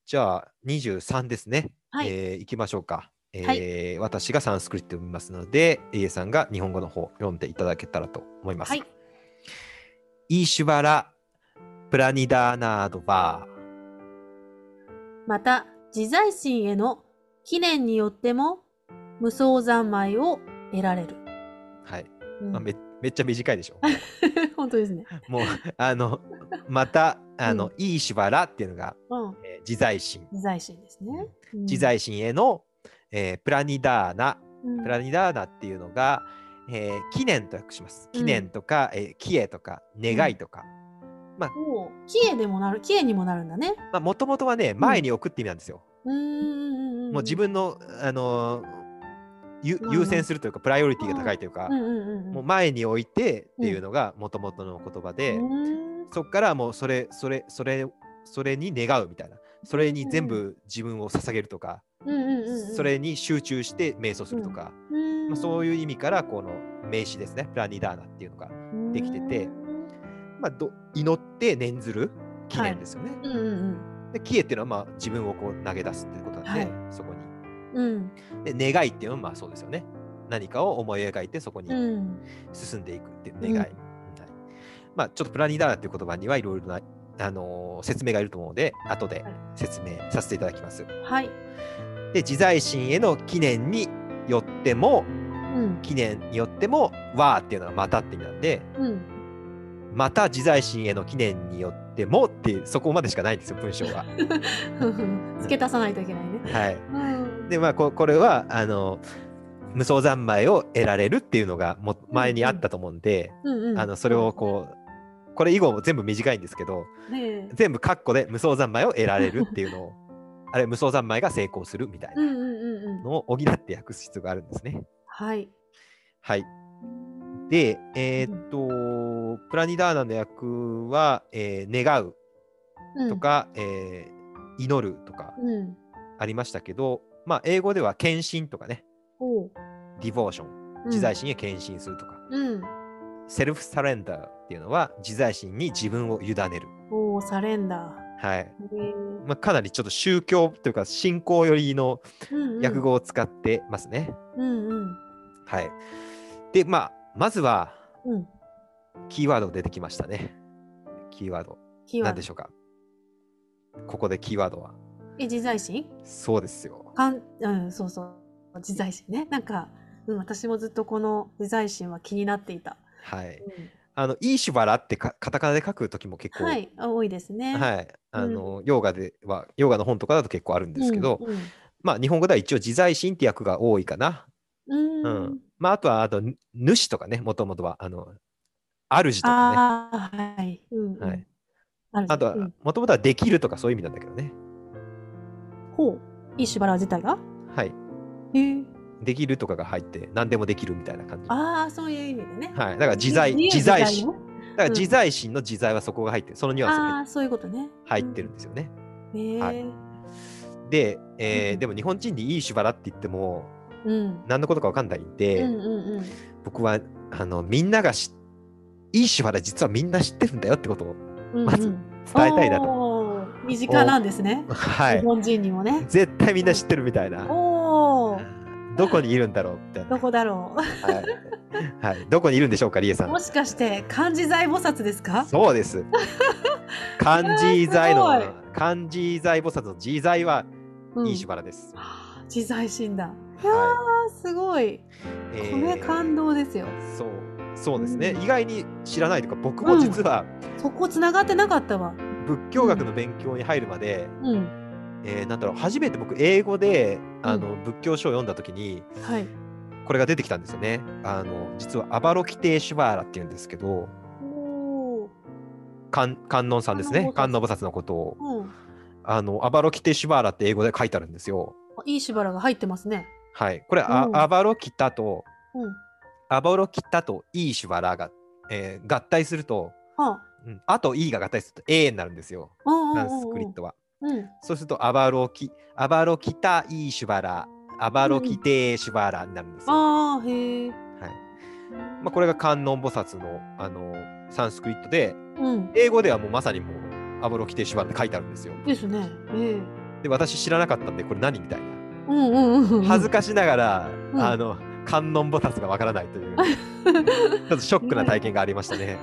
S2: じゃあ23ですね。
S1: はい
S2: えーいきましょうか。えー
S1: は
S2: 私がサンスクリットを読みますので、A さんが日本語の方読んでいただけたらと思います。
S1: はい。
S2: イーシュバラ・プラニダーナードバ
S1: また、自在心への記念によっても、無双三昧を得られる。
S2: ー。はい
S1: うん
S2: まあ、めめっちゃ短いで しょ。
S1: 本当ですね。
S2: もう、あの、また、あの、
S1: う
S2: イーシュバラっていうのが、
S1: うん。
S2: えー自在心。
S1: 自在心ですね。うん
S2: 自、在心への、えープラニダーナ
S1: うん
S2: プラニダーナっていうのが、えー記念と訳します。記念とか、えー帰依とか、願いとか。
S1: おうキエでもなる、キエにもなるんだね。
S2: まあ、もともとはね、前に置くって意味なんですよ。
S1: うーん。
S2: もう自分の、あのーゆ
S1: まあまあ
S2: 優先するというか、プライオリティが高いという
S1: う、
S2: か
S1: んうんうんうん。
S2: もう前に置いてっていうのがもともとの言葉で、
S1: うーん
S2: そっからもうそれ、それ、それ、それに願うみたいな。それに全部自分を捧げるとか、
S1: うんうんうんうん。
S2: それに集中して瞑想するとか、まあ、そう
S1: い
S2: いう意味から、この名詞ですね、プラニダーナっていうのが。
S1: う
S2: できててまあ、ど祈って念ずる記念ですよね。
S1: うんうん
S2: で帰依っていうのはまあ自分をこう投げ出すっていうことなんで、そこに。
S1: うん。
S2: で願いっていうのはまあそうですよね。何かを思い描いてそこ
S1: う
S2: に
S1: ん。うん。
S2: 進んでいくっていう願
S1: う
S2: い。
S1: ん
S2: はいまあ、ちょっとプラニダーナっていう言葉にはいろいろな、あのー説明がいると思うので後で
S1: はい
S2: 説明させていただきます。
S1: はい。
S2: で自在心への記念によっても
S1: うん。
S2: 記念によっても「わ」っていうのは「また」って意味なんで
S1: うん。
S2: また自在心への記念によっても っていうそこまでしかないんですよ文章は。
S1: 付け足さないといけないね。
S2: はい、
S1: うん。
S2: でまあここれはあの無双三昧を得られるっていうのがも前にあったと思うんで、
S1: うんうん、
S2: あのそれをこうこれ以後も全部短いんですけど
S1: ねえ
S2: 全部カッコで無双三昧を得られるっていうのを あれ無双三昧が成功するみたい
S1: うん
S2: な
S1: うんうんうん
S2: のを補って訳す必要があるんですね。
S1: はい
S2: はい。で、えーっと、プラニダーナの役は、えー願うとか、えー祈るとか
S1: うん、うん、
S2: ありましたけど、まあ、英語では献身とかね、
S1: おう
S2: ディボーション、自在心へ献身するとか、
S1: うん、
S2: セルフサレンダーっていうのは、自在心に自分を委ねる。
S1: おおサレンダ
S2: はい。
S1: ーへえ
S2: まあ、かなりちょっと宗教というか、信仰寄りの
S1: うんうん
S2: 訳語を使ってますね。
S1: うんうん
S2: はい。で、まあ、まずは、
S1: うん
S2: キーワード出てきましたね。キーワード。
S1: キーワ
S2: 何
S1: ード
S2: でしょうかここでキーワードは
S1: え自在心
S2: そうですよ
S1: かんうんそうそう自在心ねなんか、うん、私もずっとこの自在心は気になっていた、
S2: は
S1: う
S2: い
S1: ん
S2: あのイーシュバラってかカタカナで書く時も結構
S1: はいあ多いですねい
S2: はいあの、ヨーガではヨーガの本とかだと結構あるんですけど、
S1: うん
S2: まあ日本語では一応自在心って訳が多いかな
S1: うん、
S2: う、
S1: うんん
S2: まああとはあと主とかねもともとはあの主とかねあ
S1: ああーはい、うんうん
S2: はい
S1: ある
S2: とは
S1: うん、
S2: もともとはできるとかそういう意味なんだけどね
S1: ほういいしばら自体が
S2: はい
S1: へえ
S2: できるとかが入って何でもできるみたいな感じはい
S1: ああそういう意味でね、
S2: だから自在
S1: 由
S2: 自在心
S1: ね
S2: だから自在心の自在はそこが入ってるそのニュアンスが入って
S1: あ
S2: る
S1: あそういうことね
S2: 入ってるんですよね。
S1: へえ、
S2: はいで、えー
S1: うん
S2: でも日本人にいいしばらって言っても
S1: うん
S2: 何のことか分かんないん
S1: う
S2: で、
S1: んうんうん
S2: 僕はあのみんながしいいしばら実はみんな知ってるんだよってことをまず伝えたいなと。
S1: おー身近なんですね、
S2: は
S1: 日
S2: い。
S1: 本人にもね
S2: 絶対みんな知ってるみたいな。
S1: おお
S2: どこにいるんだろうみたいな。
S1: どこだろ
S2: はい、はい。どこにいるんでしょうか、リエさ
S1: うも
S2: ん。
S1: しかして漢字財菩薩ですか
S2: そう です。漢字財
S1: えーす
S2: の漢字財菩薩の自在は
S1: うん
S2: いいしばらです。
S1: はあ自在心だいやー
S2: は
S1: すごい
S2: い。
S1: これ感動ですよ、
S2: そうそうですね、
S1: うん
S2: 意外に知らないというか僕も実は
S1: そこつながってなかったわ
S2: 仏教学の勉強に入るまで、
S1: うん
S2: えーなんだろう初めて僕英語であの、仏教書を読んだ時に
S1: はい
S2: これが出てきたんですよねあの実はアバロキテーシュバーラっていうんですけど
S1: おー
S2: 観観音さんですね観
S1: 観
S2: 音
S1: 音菩薩
S2: 菩薩のことを
S1: うん
S2: あのアバロキテーシュバーラって英語で書いてあるんですよ
S1: あいいしばらが入ってますね
S2: はいこれ、あ
S1: うん
S2: アバロキタと
S1: うん
S2: アバロキタとイーシュバーラが、えー合体すると、
S1: は
S2: うん、あと E が合体すると A になるんですよ
S1: あうんうん
S2: サ
S1: うん
S2: ンス
S1: う
S2: ク
S1: ん
S2: リットは。
S1: うん
S2: そうすると、アバロキ、アバロキタイーシュバラ、アバロキテーシュバラになるんですよ。は
S1: ああへえ
S2: いまあ、これが観音菩薩のあのサンスクリットで、
S1: うん
S2: 英語ではもうまさにもうアバロキテーシュバラって書いてあるんですよ。
S1: ですねええ
S2: で、私知らなかったんで、これ何みたいな。
S1: うんうんうんうん
S2: 恥ずかしながら、
S1: ん
S2: あの、観音菩薩がわからない という、ちょっとショックな体験がありましたね。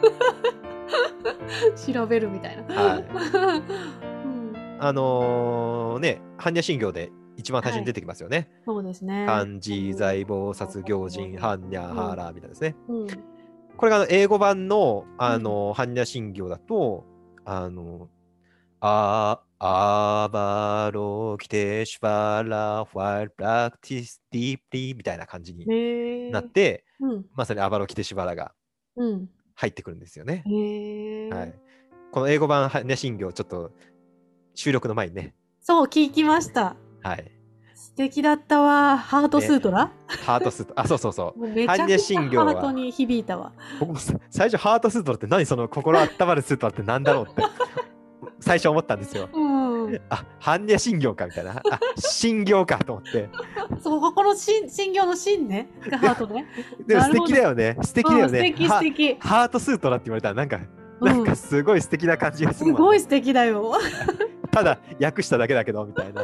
S1: 調べるみたいな。
S2: はい
S1: うん、
S2: あのーね、般若心経で一番最初に出てきますよね。
S1: そうですね。
S2: 漢字、財宝、殺行人、般若、ハーラーみたいですね。
S1: うん、
S2: これがあの英語版の、あの、般若心経だと、あの、あアバロキテシュバラファイプラクティスディープリーみたいな感じに
S1: へえ。
S2: なっ。て、
S1: うん、
S2: まさにアバロキテシュバラが
S1: うん。
S2: 入ってくるんですよね。
S1: へえ。
S2: はい。この英語版般若心経、ちょっと収録の前にね、
S1: そう、聞きました。
S2: はい。
S1: 素敵だったわ。ハートスートラ。
S2: ハートスート、あ、そうそうそう。
S1: もうめちゃ
S2: 般若
S1: くち
S2: 心
S1: ゃ
S2: 経は
S1: ハートに響いたわ。
S2: 僕もさ最初ハートスートラって何その心温まるスートラって何だろうって、最初思ったんですよ。
S1: うん。
S2: あ、般若心経かみたいな。あ、心経かと思って。
S1: そう、ここの心、心経の心ね。がハートね。
S2: でも
S1: な
S2: 素
S1: るほど
S2: 敵だよね。素敵だよ
S1: うん素
S2: ね。
S1: 敵、素
S2: は
S1: 敵。
S2: ハートスートラって言われたらなんか、
S1: う
S2: なん
S1: ん
S2: か。すごい素敵な感じがす
S1: す
S2: るわ
S1: ごい素敵だよ。
S2: ただ訳しただけだけどみたいな。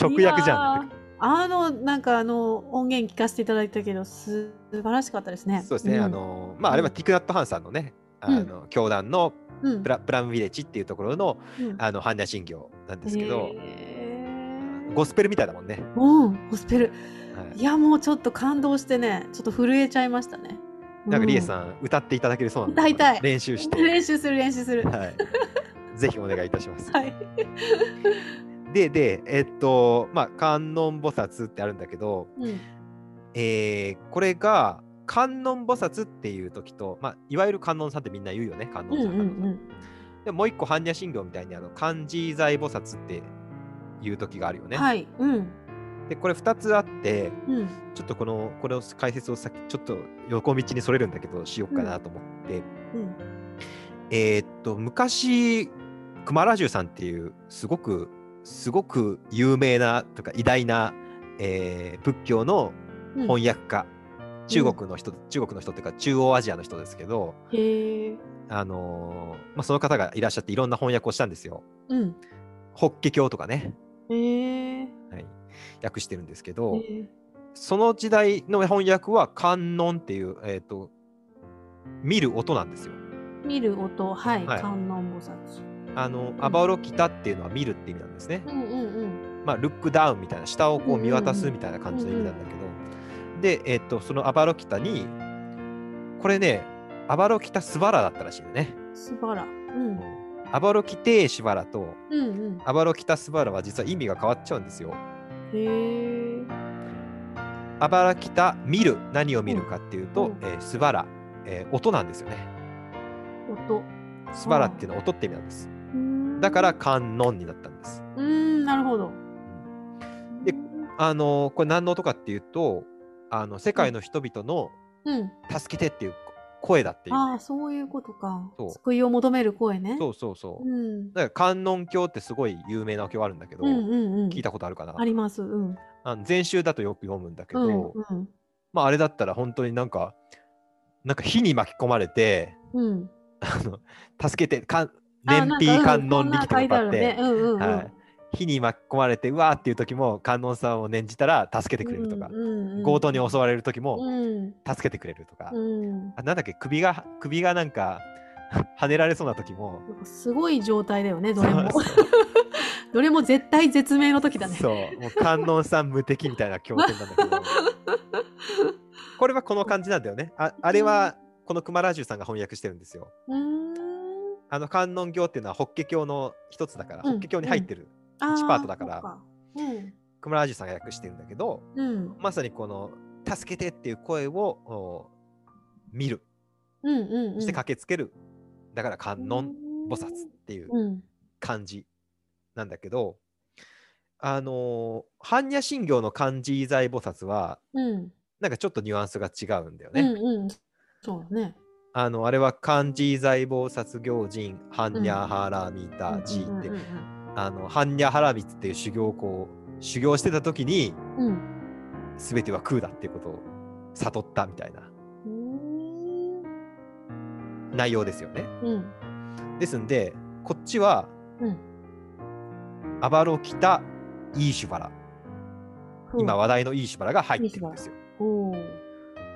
S2: 直訳じゃん
S1: いやー。あの、なんかあの、音源聞かせていただいたけど、す素晴らしかったですね。
S2: そうですね。
S1: ん
S2: あ、のまああれはティクナットハンさんのね、あの教団の
S1: うん
S2: プラプラムヴィレッジっていうところの
S1: うん
S2: あの般若心経なんですけど、
S1: へー
S2: ゴスペルみたいだもんね。
S1: うん、ゴスペル。
S2: はい
S1: いや、もうちょっと感動してね、ちょっと震えちゃいましたね。
S2: なんかリエ
S1: ん。
S2: さん歌っていただけるそうなんで
S1: 歌いたい
S2: 練習して。
S1: 練習する、練習する。
S2: はい。ぜひお願いいたします。
S1: はい。
S2: ででえっとまあ観音菩薩ってあるんだけど、
S1: うん。
S2: えーこれが観音菩薩っていう時と、まあ、いわゆる観音さんってみんな言うよね観
S1: う
S2: 音
S1: んう
S2: さん,、
S1: んうん。
S2: でもう一個般若心経みたいにあの漢字財菩薩っていう時があるよね。
S1: はい。うん。
S2: でこれ2つあって
S1: うん。
S2: ちょっとこのこれを解説を先ちょっと横道にそれるんだけどしようかなと思って、
S1: うん。
S2: えーっと昔熊ラジュさんっていうすごくすごく有名なとか偉大な、えー仏教の
S1: うん
S2: 翻訳家、中国の人、中国の人っていうか中央アジアの人ですけど、
S1: へえ。
S2: あのーまあ、その方がいらっしゃっていろんな翻訳をしたんですよ。
S1: うん。
S2: 法華経とかね、
S1: へえ。
S2: はい、訳してるんですけど、
S1: へえ
S2: その時代の翻訳は観音っていう、えーっと見る音なんですよ。
S1: 見る音、はい。
S2: はい
S1: 観音菩薩。
S2: あのアバロキタっていうのは見るって意味なんですね。
S1: うんうん
S2: まあ、ルックダウンみたいな下をこう見渡
S1: うんうん
S2: す
S1: うん
S2: みたいな感じの意味なんだけど、で、えっとそのアバロキタにこれねアバロキタスバラだったらしいよね
S1: うん。すばら。うん。
S2: アバロキテーシバラと
S1: うん
S2: アバロキタスバラは実は意味が変わっちゃうんですよ
S1: うん。へえ。
S2: アバロキタ見る何を見るかっていうと、
S1: うん
S2: えースバラ、えー音なんですよね
S1: 音。
S2: スバラっていうのは音って意味なんですだから観音になったんです
S1: うーんなるほど。
S2: であのーこれ何の音かっていうとあの世界の人々の
S1: うん、
S2: 助けてっていう声だっていう、
S1: ああそういうことか
S2: そう
S1: 救いを求める声ね。
S2: そうそうそう、
S1: うん、
S2: だから観音教ってすごい有名なお経あるんだけど、
S1: うんうんうん
S2: 聞いたことあるかな
S1: あります。うん
S2: あの禅宗だとよく読むんだけ
S1: う
S2: ど、
S1: んうん
S2: まああれだったら本当になんかなんか火に巻き込まれて
S1: うん。
S2: あの助けてかん
S1: あな
S2: 燃
S1: んか
S2: 費
S1: う
S2: 観
S1: ん
S2: 音力と
S1: こんなの書いて
S2: か
S1: あ
S2: っ
S1: る
S2: て、
S1: ね。うんうんうん。
S2: はい、火に巻き込まれてうわーっていう時も観音さんを念じたら助けてくれるとか、強盗に襲
S1: わ
S2: われる時
S1: う
S2: も
S1: ん
S2: 助けてくれるとか、
S1: うん。
S2: あなんだっけ首が首がなんか跳ねられそうな時も
S1: なんかすごい状態だよねどれも
S2: そ。
S1: どれも絶対絶命の時だね。
S2: そう、もう観音さん無敵みたいな経典なんだけ ど。これはこの感じなんだよね。ああれはこの熊ラジュさんが翻訳してるんですよ。
S1: うーん。
S2: あの観音経っていうのは法華経の一つだから、
S1: うん
S2: 法華経に入ってる
S1: あ
S2: 一パートだから
S1: そううん
S2: 熊ラジュさんが訳してるんだけど、
S1: うん
S2: まさにこの「助けて」っていう声をお見る、
S1: うんうんうん。
S2: して駆けつける、だから観音菩薩っていう
S1: うん
S2: 感じなんだけど、あのー般若心経の漢字財菩薩は
S1: うん
S2: なんかちょっとニュアンスが違うんだよね。
S1: うんうん。そうだね。
S2: あのあれは漢字財宝殺行人、ハンニャハラミタジ
S1: うん
S2: ーって
S1: うん、うん
S2: あのハンニャハラミツっていう修行校修行してた時に
S1: うん。
S2: 全ては空だっていうことを悟ったみたいな
S1: うん。
S2: 内容ですよね。
S1: うん。
S2: ですんで、こっちは、
S1: うん
S2: アバロキタ・イーシュバラ、今。話題のイーシュバラが入ってるんですよ。
S1: おお。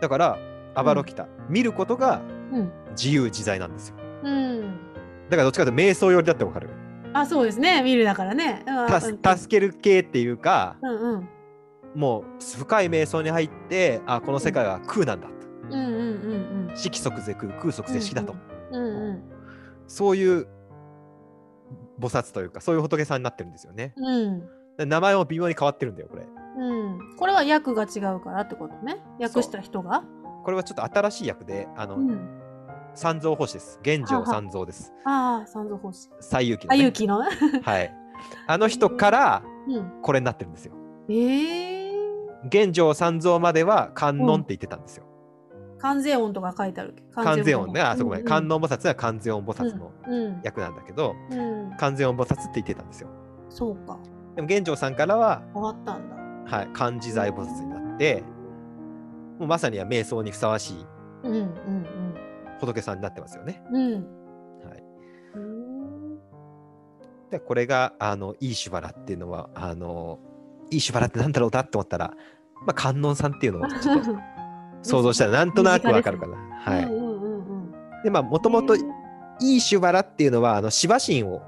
S2: だから、アバロキタ、見ることが
S1: うん。
S2: 自由自在なんですよ。
S1: うん。
S2: だからどっちかというと瞑想寄りだってわかる。
S1: あ、そうですね。見るだからね。
S2: たす助ける系っていうか、
S1: うんうん。
S2: もう深い瞑想に入ってあこの世界は空なんだと
S1: うんうんうん
S2: 色即是空空即是色だと、
S1: うん。うん
S2: そういう菩薩というかそういう仏さんになってるんですよね
S1: うん。うん。
S2: で名前も微妙に変わってるんだよこれ
S1: うん、これは訳が違うからってことね訳した人が
S2: これはちょっと新しい役であの、
S1: うん、
S2: 三蔵法師です玄
S1: は
S2: 奘
S1: は
S2: 三蔵です
S1: ああ三蔵法師
S2: 西遊記の、
S1: あ
S2: ね、
S1: ゆきの、
S2: はいあの人から
S1: うん、
S2: これになってるんですよ
S1: ええ
S2: 玄奘三蔵までは観音って言ってたんですよ、
S1: 関税音とか書いてある
S2: 観世音ねあそこまで、観
S1: 音
S2: 音菩薩は観世音菩薩の
S1: うん、
S2: 役なんだけど、
S1: うん、
S2: 観世音菩薩って言ってたんですよ
S1: そうか
S2: でも玄奘さんからは
S1: 変わったんだ
S2: はい、漢字財菩薩になって、もうまさには瞑想にふさわしい
S1: うんうん
S2: 仏さんになってますよね。
S1: うんうん
S2: はい、
S1: うん
S2: でこれがあのいいしばらっていうのはあのいいしばらってなんだろうなって思ったら、まあ、観音さんっていうのをちょっ と想像したらなんとなくわかるかな。は
S1: う
S2: い、
S1: んうんうんうん。
S2: でまあもともと
S1: えー
S2: いいしばらっていうのはあのシバ神を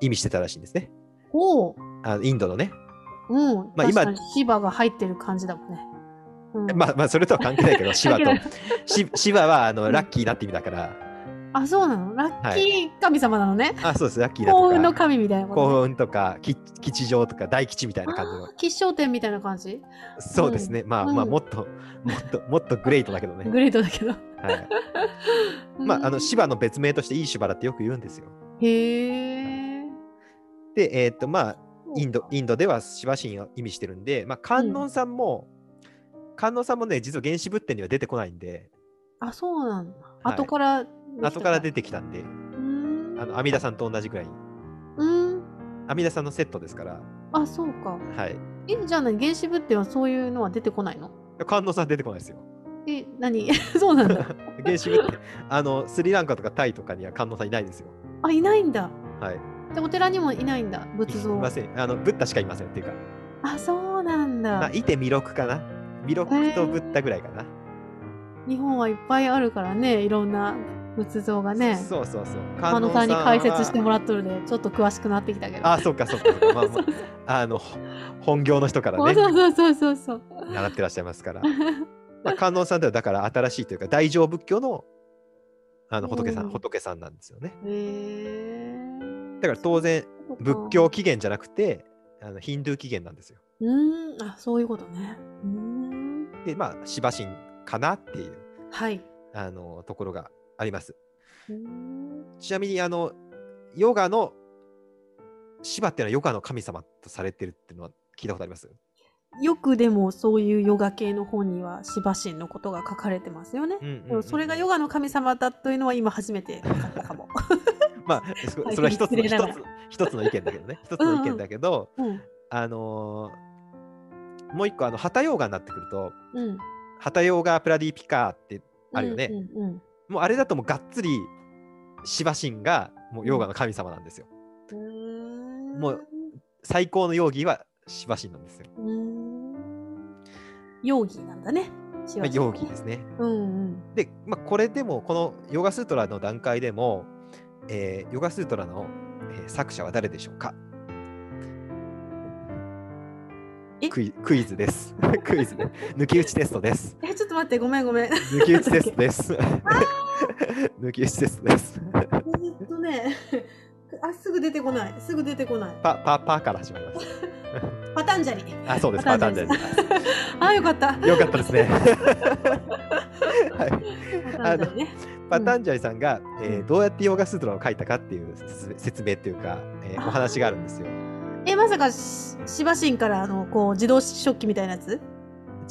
S2: 意味してたらしいんですね。
S1: おう、
S2: あのインドのね。
S1: うん。
S2: まあ今
S1: 確かにシバが入ってる感じだもんね。うん
S2: まあまあそれとは関係ないけどシバと
S1: 関係ない
S2: シシバはあの
S1: ん
S2: ラッキーなって意味だから
S1: あ、そうなのラッキー神様なのね。
S2: あそうですラッキーだとか
S1: 幸運の神みたいなこ
S2: 幸
S1: と。
S2: 運とか吉吉祥とか大吉みたいな感じの
S1: あー吉祥天みたいな感じ
S2: そうですね、まあ
S1: うん
S2: まあもっともっともっとグレートだけどね、
S1: グレートだけど。
S2: はい、まああ
S1: う
S2: の
S1: ん
S2: 芝の別名としていい芝だってよく言うんですよ
S1: へえ。
S2: でえっとまあインドインドでは芝神を意味してるんで、まあ、観音さんも、観音さんもね実は原始仏典には出てこないんで
S1: あ、そうなんだ。
S2: はい
S1: 後から
S2: 後から出
S1: て
S2: てきたんで
S1: きた。うーん
S2: あの阿弥陀さんと同じくらいに
S1: うん。
S2: 阿弥陀さんのセットですから、
S1: あ、そうか。
S2: はい、
S1: え、じゃあ何原始仏典はそういうのは出てこないの
S2: 観音さん出てこないですよ
S1: え、 何そうなんだ。
S2: 原始仏典あのスリランカとかタイとかには観音さんいないですよ
S1: あ、いないんだ。
S2: はい
S1: で、お寺にもいないんだ、
S2: い
S1: 仏像。
S2: ませんあのブッダしかいませんっていうか、
S1: あ、そうなん
S2: ま
S1: だ
S2: あ、。いて弥勒かな弥勒とブッダぐらいかな、
S1: 日本はいっぱいあるからね、いろんな仏像がね。
S2: そうそうそう
S1: あ
S2: 観
S1: の
S2: 音
S1: さん
S2: さん
S1: に
S2: は
S1: 解説してもらっとるで、ちょっと詳しくなってきたけど。
S2: あそうかそうかそうか、まあまあ、あの本業の人から
S1: そう
S2: ね
S1: そうそうそうそう。
S2: 習ってらっしゃいますから、まあ、観音さんではだから新しいというか大乗仏教のあの仏さ
S1: うんん
S2: 仏さんなんですよね
S1: へえ。
S2: だから当然
S1: そうか
S2: 仏教起源じゃなくてあのヒンドゥー起源なんですよ
S1: うーん、あ、そういうことね。うーん。
S2: でまあ芝神かなっていう
S1: はい。
S2: あのところがあります
S1: うーん
S2: ちなみにあのヨガの芝っていうのはヨガの神様とされてるっていうのは聞いたことあります
S1: よくでもそういうヨガ系の本にはシバ神のことが書かれてますよね。
S2: うんうんうん
S1: でもそれがヨガの神様だというのは今初めて分かったかも。
S2: まあそそれは一つ
S1: 失
S2: の
S1: 礼ながら
S2: 一つ一つの意見だけどね一つの意見だけど、
S1: うん。
S2: あのーもう一個あの旗ヨーガになってくると
S1: うん。
S2: 旗ヨーガプラディピカーってあるよね、
S1: うんうん
S2: もうあれだともうがっつりシバ神がもうヨーガの神様なんですよ、
S1: うん。
S2: もう最高のヨーギーはシバ神なんですよ、
S1: うーん。ヨーギーなんだね。シ
S2: まあ、
S1: バ神
S2: ヨーギーですね
S1: うんうん。
S2: で、まあ、これでもこのヨガスートラの段階でも、えーヨガスートラの、えー作者は誰でしょうか
S1: え
S2: クイクイズです。 クイズで抜き打ちテストです。
S1: え、ちょっと待って、ごめんごめん。え
S2: 抜き打ちテストです。 抜き打ちテストです。
S1: ーっとね、 あ、すぐ出てこない。すぐ出てこない。
S2: パパパから始まります。
S1: パタンジャリ。
S2: あ、そうです。
S1: パ
S2: パ
S1: タ
S2: タ
S1: ーン
S2: ーン
S1: ジ
S2: ジ
S1: ャ
S2: ャ
S1: リ
S2: リです。
S1: あ、よかった。
S2: よかったですね。は
S1: パ
S2: い、
S1: タンジャリね。
S2: パタンジャリさんが、えー
S1: うん
S2: どうやってヨガスートラを書いたかっていう説明説明っていうか、えーお話があるんですよ。
S1: え、まさかし、シバ神からあのこう自動食器みたいなやつ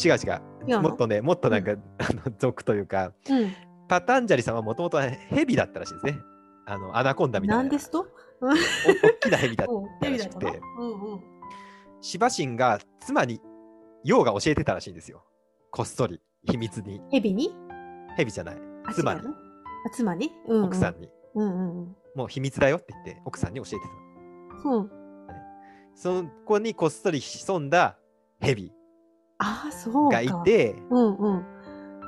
S2: 違う違う。
S1: 違うの
S2: もっとね、もっとなんか、あの俗というか、
S1: うん。
S2: パタンジャリさんはもともとヘビだったらしいですね。あのアナコンダみたいな。
S1: なんですと
S2: お大きなヘビ だっ
S1: うん
S2: た
S1: テレビだ
S2: らし
S1: っ
S2: く
S1: たの
S2: て、
S1: うんうん。
S2: シバシンが妻にヨウが教えてたらしいんですよ。こっそり、秘密に。
S1: ヘビに
S2: ヘビじゃない。
S1: あ
S2: 妻
S1: 違
S2: に
S1: う、のあ妻に、うう
S2: 奥さ。んに。
S1: うんうんうん。
S2: もう秘密だよって言って、奥さんに教えて
S1: そう。
S2: た。そこにこっそり潜んだヘビ
S1: ああ、そうか。
S2: がい。て、
S1: うんうん。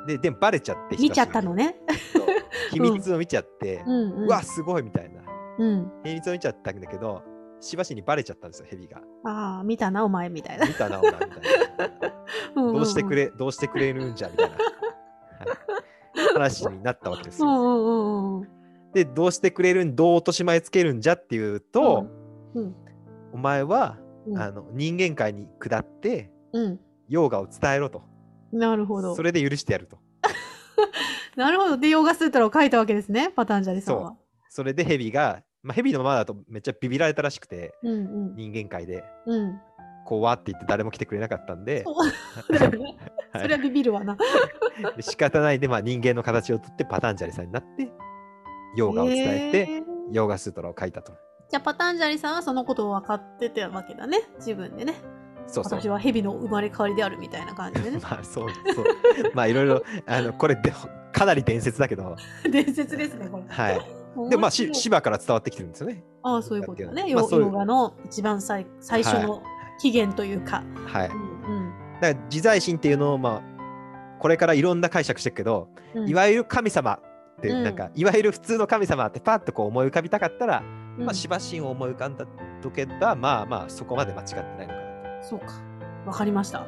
S2: で、でもバレちゃって、
S1: 見ちゃったのね。
S2: そう。秘密を見ちゃって、
S1: うん
S2: う
S1: うん。
S2: わ、すごいみたいな。
S1: うん。
S2: 秘密を見ちゃったんだけど、しばしにバレちゃったんですよ、ヘビが。
S1: ああ、見たな、お前みたいな。
S2: 見たな、お前みたいな。どうしてくれ、どうしてくれるんじゃみたいな、はい話になったわけです
S1: うんう
S2: よ。
S1: んうんうん。
S2: で、どうしてくれるん、どう落とし前つけるんじゃっていうと、
S1: うん
S2: お前は、
S1: うん
S2: あの人間界に下って、
S1: うん。
S2: ヨガを伝えろと。
S1: なるほど
S2: そ。れで許してやると。
S1: なるほど。で、ヨガスートラを書いたわけですね、パタンジャリさんは。
S2: それでヘビが、まあ、ヘビのままだとめっちゃビビられたらしくて、
S1: うん
S2: 人間界で、
S1: うん。う ん。
S2: こうわって言って誰も来てくれなかったんで、
S1: そうだよね
S2: は
S1: それはビビるわな。
S2: いで仕方ないで、まあ、人間の形をとってパタンジャリさんになって、ヨガを伝えて、
S1: へー
S2: ヨガスートラを書いたと。
S1: じゃあパタンジャリさんはそのことを分かってたわけだね自分でね
S2: そうそう
S1: 私。は蛇の生まれ変わりであるみたいな感じ でね
S2: まあそうそう。まあいろいろ、あのこれで、かなり伝説だけど、
S1: 伝説ですねこれ
S2: はい。
S1: 面白い
S2: で、まあ、し芝から伝わってきてるんですよね。
S1: ああそういうことだね、
S2: まあ
S1: ヨ
S2: そういう
S1: ヨガの一番最最初の起源というか、
S2: はい。だか
S1: うん
S2: ら、自在心っていうのを、まあ、これからいろんな解釈してるけど、
S1: うん
S2: いわゆる神様って、
S1: うん
S2: なんか、いわゆる普通の神様って、パッとこう思い浮かびたかったら、
S1: うん
S2: まあ、芝神を思い浮かんだとけば、まあまあ、そこまで間違ってないのかな
S1: そうかわかりました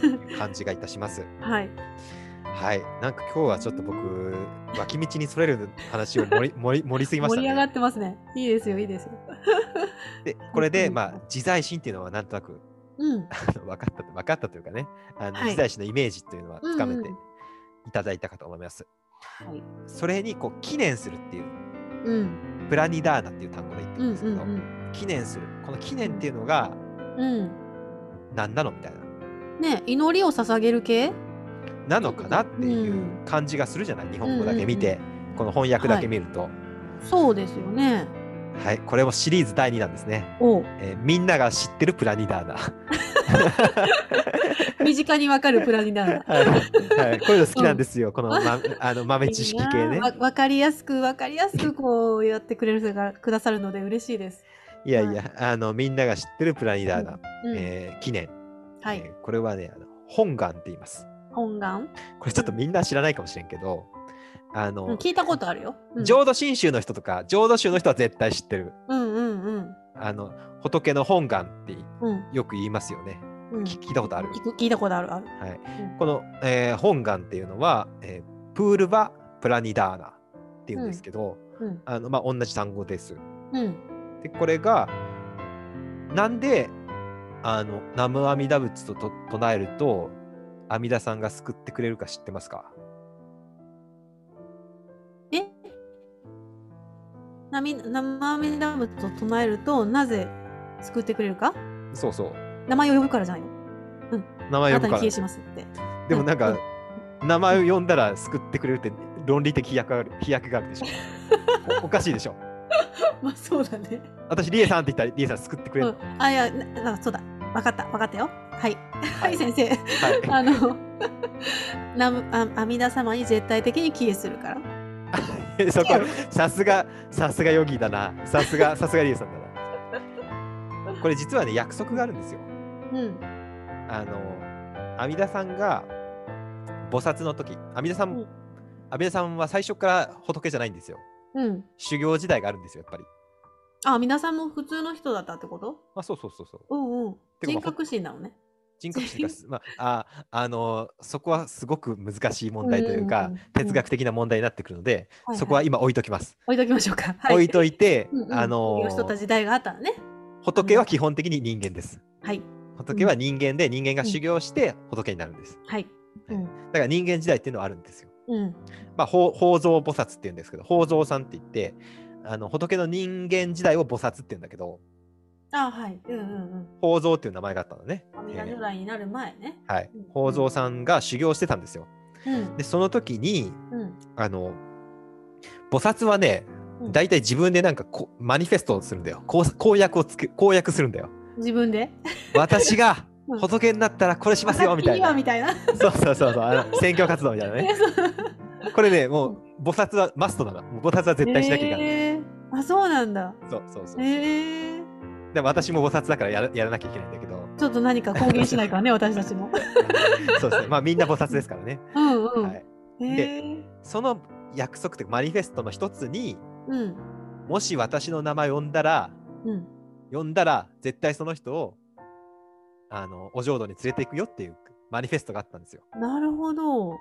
S2: という感じがいたします。
S1: はい
S2: はい、なんか今日はちょっと僕、脇道にそれる話を盛り盛り盛りすぎまし
S1: 盛
S2: た
S1: り上がっ
S2: ね。
S1: てますね。いいですよ、いいですよ。
S2: で、これ
S1: う
S2: で、
S1: ん
S2: まあ、自在心っていうのはなんとなく
S1: うん。
S2: あの分かったと分かったというかね、あの
S1: はい
S2: 自在心のイメージというのはつかめ
S1: うん
S2: て
S1: うん
S2: いただいたかと思います。
S1: はい。
S2: それにこう記念するっていう、
S1: うん。
S2: プラニダーナっていう単語で言っ
S1: う
S2: てるん
S1: ん
S2: ですけど、
S1: うん
S2: 記念する、この記念っていうのが
S1: うん。う
S2: 何なのみたいな。
S1: ん。ね祈りを捧げる系
S2: なのかなっていう感じがするじゃない、日本語だけ見て、この翻訳だけ見ると、はい
S1: そうですよね。
S2: これもシリーズ第2弾ですね、
S1: おう
S2: えーみんなが知ってるプラニダーナ、
S1: 身近にわかるプラニダ ーナ。
S2: はいはい、こういうの好きなんですよ、この,、ま、あの豆知識系
S1: いい
S2: ね
S1: なわわかりやすくわかりやすくこうやってくれる人がくださるので嬉しいです。
S2: いやいやあのみんなが知ってるプラニダーナ、
S1: うん、
S2: えー記念、
S1: は
S2: え
S1: い。
S2: ーこれはねあの本願って言います
S1: 本願、
S2: これちょっとみんな知らないかもしれんけどあの、
S1: うん、聞いたことあるよ。うん、
S2: 浄土真宗の人とか浄土宗の人は絶対知ってる
S1: うんうんうん
S2: あの仏の本願って
S1: うん
S2: よく言いますよね
S1: うん。
S2: 聞聞いたことある
S1: 聞く聞いたことあるある。
S2: はい
S1: うん、
S2: この、えー本願っていうのは、えープールバ・プラニダーナっていうんですけど、
S1: うん
S2: あのまあ、同じ単語です。
S1: うん
S2: でこれがなんであの「ナム阿弥陀仏と」と唱えると阿弥陀さんが救ってくれるか知ってますか
S1: えなみ生阿弥陀仏と唱えるとなぜ救ってくれるか
S2: そうそう
S1: 名前を呼ぶからじゃないの
S2: 名
S1: あ
S2: 前
S1: なた
S2: 呼ぶ
S1: に
S2: か
S1: 消え
S2: ら
S1: しますって。
S2: でもなん
S1: う
S2: か
S1: ん
S2: 名前を呼んだら救ってくれるって論理的飛躍がある飛躍があ るでしょおおかしいでしょ
S1: まあそうだね。
S2: 私リエさんって言ったらリエさん救ってくれ
S1: う
S2: る、
S1: ん、あいやななんかそうだ。わかったわかったよ。はい。はい、先生。
S2: はい
S1: あのナムあ阿弥陀様に絶対的に帰依するから。
S2: そこさすがさすがヨギだなさす がさすがリエさんだなこれ実はね約束があるんですよ
S1: うん
S2: あの阿弥陀さんが菩薩の時阿弥陀さん、
S1: うん
S2: 阿弥陀さんは最初から仏じゃないんですよ
S1: うん。
S2: 修行時代があるんですよやっぱり
S1: あ皆さんも普通の人だったってこと？
S2: あそうそうそうそう
S1: うんうん。
S2: てかま
S1: 人
S2: あ
S1: 格心なのね。
S2: 人格心がす、まあ、ああのそこはすごく難しい問題というか、
S1: んんん
S2: 哲学的な問題になってくるので、
S1: いはい
S2: そこは今置いときます、
S1: 置いときましょうか。
S2: 置いといて、
S1: うんうん
S2: あ
S1: そうい
S2: の
S1: う人た時代があったらね。
S2: 仏は基本的に人間です
S1: はい
S2: 仏は人間で人間が修行して仏になるんです。
S1: はい。うん
S2: だから人間時代っていうのはあるんですよ。
S1: うん
S2: まあ、法宝蔵菩薩っていうんですけど、宝蔵さんって言って、あの仏の人間時代を菩薩って言うんだけど、
S1: あはいうんうん
S2: 宝蔵っていう名前があったのね。
S1: うん。阿弥陀
S2: え
S1: 如来になる前ね。
S2: ーはい
S1: うん。
S2: 宝蔵さんが修行してたんですよ。
S1: うん
S2: で、その時に、
S1: うん
S2: あの、菩薩はね、
S1: うん。
S2: 大体自分でなんかこうマニフェストをするんだよ。こう公約をつけ、公約するんだよ。
S1: 自分で。
S2: 私が
S1: うん
S2: 仏になったらこれしますよ、みたい
S1: 私には
S2: な。
S1: みたいな。
S2: そうそうそうそう、あの選挙活動みたいな ね。これね、もう菩薩はマストなの。もう菩薩は絶対しなきゃいけない。
S1: い。あそうなんだ。
S2: そうそうそう。
S1: ええ。
S2: でも私も菩薩だからやらやらなきゃいけないんだけ ど。
S1: ちょっと何か公言しない からね私たちも。
S2: そうですね。まあみんな菩薩ですからね。
S1: うんう
S2: は
S1: ん。
S2: い。
S1: へえ。
S2: その約束というかマニフェストの一つに、
S1: うん
S2: もし私の名前呼んだら、
S1: うん。
S2: 呼んだら絶対その人を、あの、お浄土に連れていくよっていうマニフェストがあったんですよ。
S1: なるほど。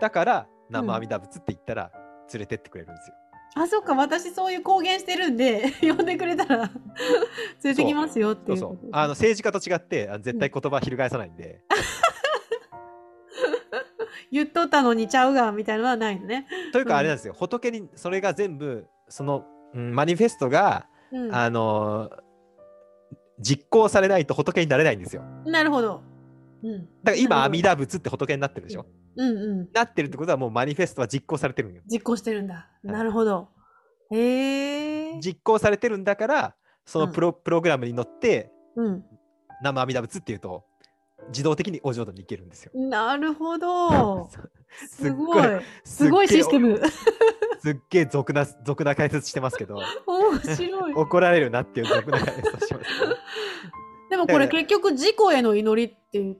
S2: だから、生阿弥陀仏って言ったら連れてってくれるんですよ。
S1: あ、そっか、私そういう公言してるんで、 呼んでくれた ら、連れてきますよって
S2: そ
S1: いうう
S2: そ
S1: こ
S2: う
S1: と。
S2: あの、政治家と違って、あの絶対言葉翻さないんで。
S1: 言っとったのにちゃうが、みたいなのはないのね。
S2: という
S1: う
S2: か
S1: ん
S2: あれなんですよ、仏にそれが全部その、うんマニフェストが、
S1: うん。
S2: あのー実行されないと仏になれないんですよ。
S1: なるほど。うん。
S2: だから今
S1: な
S2: 阿
S1: るほ
S2: 弥
S1: ど
S2: 陀仏って仏になってるでしょ。
S1: うんうん。
S2: なってるってことはもうマニフェストは実行されてるんよ。
S1: 実行してるんだ。
S2: はい
S1: なるほど。へえ。
S2: 実行されてるんだからそのプロ,、プログラムに乗って
S1: うん。
S2: 生阿弥陀仏っていうと自動的にお浄土に行けるんですよ。
S1: なるほど。すごい
S2: すっ。
S1: すごい
S2: すっげ
S1: シ
S2: え
S1: ステム。
S2: すっげえ俗な俗な解説してますけ ど
S1: 面白い。
S2: 怒られるなっていう俗な解説をしてま すけど。
S1: でもこれ
S2: だから
S1: 結局、事故への祈りっていう。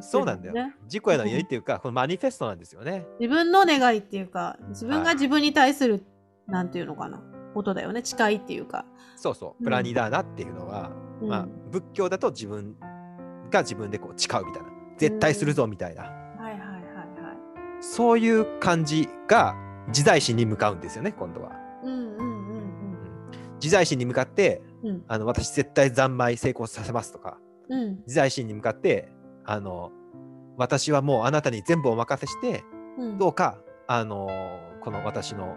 S2: そうなんだよ。自己への言いっていうか、このマニフェストなんですよね。
S1: 自分の願いっていうか自分
S2: は
S1: が
S2: い
S1: 自分に対する、なんていうのかなことだよね誓いっていうか、
S2: そうそうう。
S1: ん
S2: プラニダーナっていうのは、
S1: うん
S2: まあ、仏教だと自分が自分でこう誓うみたいな。絶対するぞみたいな。
S1: はいはいはいはい
S2: そういう感じが自在心に向かうんですよね今度は。
S1: うんうんうん
S2: 自在心に向かって
S1: うん
S2: あの私絶対三昧成功させますとか
S1: うんうん
S2: 自在心に向かってあの私はもうあなたに全部お任せして
S1: うん
S2: どうかあのこの私の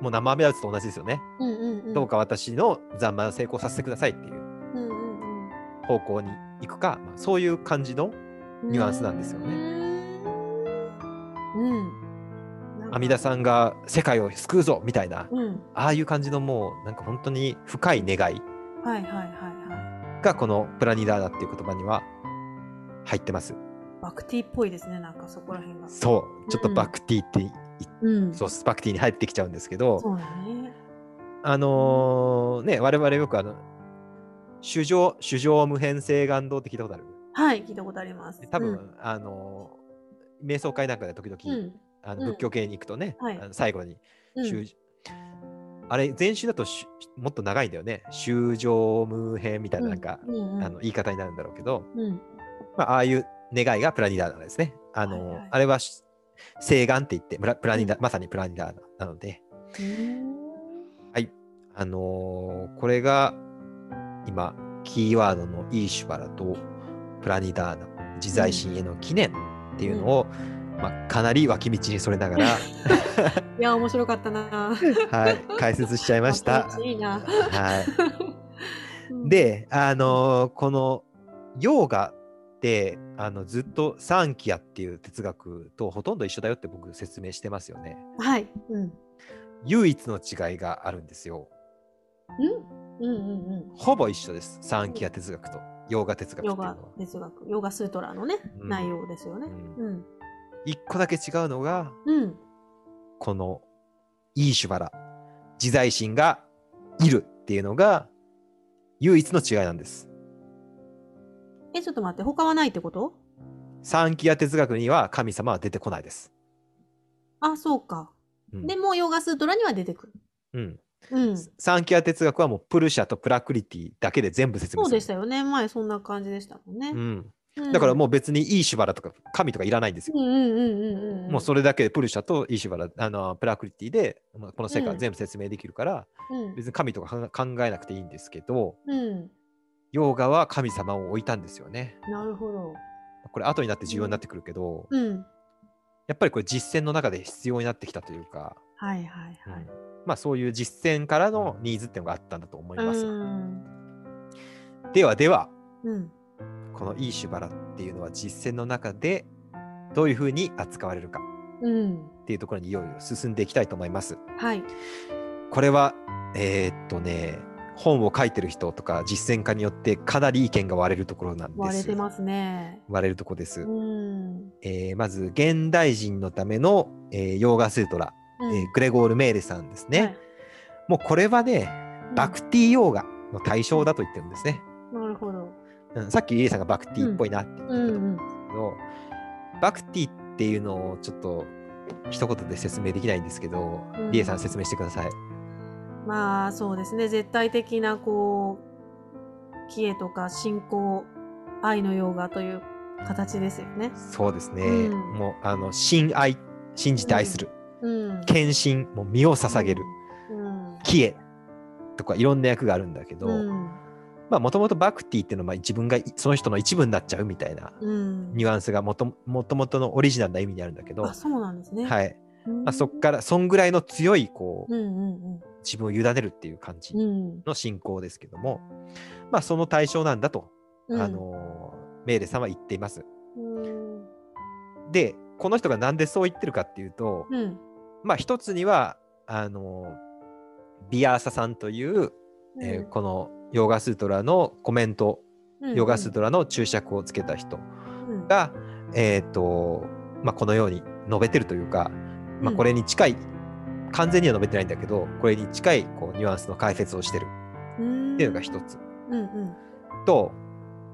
S2: もう生アメダと同じですよね、
S1: うんうんうん
S2: どうか私の三昧を成功させてくださいっていう
S1: うんうん
S2: 方向に行くか、まあ、そういう感じの
S1: うん
S2: ニュアンスなんですよね
S1: うん
S2: 阿弥陀さんが世界を救うぞみたいな
S1: うん
S2: ああいう感じのもうなんか本当に深い願い
S1: はいはいはいは
S2: がこのプラニダーダっていう言葉には入ってます。
S1: いバクティっぽいですねなんかそこら辺が
S2: そうちょっとバクティって、
S1: うん
S2: そうバクティに入ってきちゃうんですけど、
S1: そうだね
S2: あのーね我々よくあの主情主情無変性願動って聞いたことある
S1: はい聞いたことあります
S2: 多分、あのー瞑想会なんかで時々、
S1: うんうん
S2: あ
S1: う
S2: の
S1: ん
S2: 仏教系に行くとね、
S1: はい
S2: あの最後に
S1: うん
S2: 修あれ前週だとしもっと長いんだよね修情無変みたいななんか、
S1: うんうん
S2: あの言い方になるんだろうけど、
S1: うん
S2: まあ、ああいう願いがプラニダーナですね。あの、
S1: はいはい
S2: あれはし誓願って言ってプラプラニダ、
S1: う
S2: まさにプラニダーナなので、
S1: うん
S2: あのーこれが今キーワードのイーシュバラとプラニダーナ自在心への記念っていうのを、まあ、かなり脇道にそれ ながら、
S1: いや面白かったな
S2: はい、解説しちゃいました。
S1: いい な
S2: はい
S1: うん
S2: で、あのーこのヨーガってあのずっとサンキアっていう哲学とほとんど一緒だよって僕説明してますよね。
S1: はいうん
S2: 唯一の違いがあるんですよ。
S1: うんうんうんうん
S2: ほぼ一緒です。サンキア哲学とヨーガ哲学ってい
S1: ヨ
S2: うのは
S1: ガ。哲学ヨガスートラのね、
S2: うん
S1: 内容ですよね
S2: うん
S1: うん
S2: 一個だけ違うのが
S1: うん
S2: このイーシュバラ自在心がいるっていうのが唯一の違いなんです。
S1: えちょっと待って他はないってこと
S2: サンキア哲学には神様は出てこないです。
S1: あそうか
S2: うん
S1: でもヨガスートラには出てくる
S2: うん、
S1: うん
S2: サンキア哲学はもうプルシャとプラクリティだけで全部説明
S1: そう
S2: する。
S1: でしたよね前そんな感じでしたもんね
S2: う、ん、だからもう別にイーシュバラとか神とかいらないんですよ
S1: うんうんうんうんうん
S2: もうそれだけでプルシャとイーシュバラあのプラクリティでまあこの世界を全部説明できるから、
S1: うん
S2: 別に神とか考えなくていいんですけど
S1: うん
S2: ヨーガは神様を置いたんですよね。
S1: なるほど
S2: これ後になって重要になってくるけど、
S1: うん
S2: やっぱりこれ実践の中で必要になってきたというか、
S1: はいはい
S2: うん
S1: はい
S2: まあそういう実践からのニーズっていうのがあったんだと思います。
S1: うん
S2: ではでは
S1: うん
S2: このイーシュバラっていうのは実践の中でどういうふうに扱われるか
S1: うん
S2: っていうところにいよいよ進んでいきたいと思います。
S1: はい
S2: これはえーっとね本を書いてる人とか実践家によってかなり意見が割れるところなんです
S1: 割れてますね
S2: 割れるところです、
S1: うん、
S2: えーまず現代人のための、えーヨーガスートラ、
S1: うん
S2: えーグレゴール・メーレさんですね、
S1: はい
S2: もうこれはね
S1: うん
S2: バクティヨーガの対象だと言ってるんですね、
S1: なるほど
S2: うん、さっきリリーさんがバクティっぽいなって言っ
S1: うん
S2: てたと思
S1: う
S2: うんで
S1: ん
S2: すけど、バクティっていうのをちょっと一言で説明できないんですけど、
S1: うん
S2: リエさん説明してください
S1: まあそうですね絶対的なこう喜恵とか信仰愛のヨガという形ですよね。
S2: そうですね、
S1: うん
S2: もうあの信愛信じて愛する、
S1: うん、
S2: 献身もう身を捧げる、
S1: うん
S2: 帰依とかいろんな役があるんだけど、
S1: うん
S2: まあもともとバクティっていうのはまあ自分がいその人の一部になっちゃうみたいな
S1: うん
S2: ニュアンスがもともともとのオリジナルな意味にあるんだけど、
S1: あそうなんですね。い
S2: はい
S1: うん
S2: まあ、そっからそんぐらいの強いこう
S1: うんうん
S2: 自分を委ねるっていう感じ
S1: うんうん
S2: の信仰ですけども、まあ、その対象なんだと、
S1: うん
S2: あのメーレさんは言っています。
S1: うん
S2: でこの人がなんでそう言ってるかっていうと、
S1: うん
S2: まあ一つにはあのビアーサさんという、えーこのヨガスートラのコメント、ヨガスートラの注釈をつけた人
S1: うん
S2: が、えーとまあ、このように述べてるというか、まあ、これに近い、完全には述べてないんだけどこれに近いこうニュアンスの解説をしてるっていうのが一。つ
S1: うんうん
S2: と,、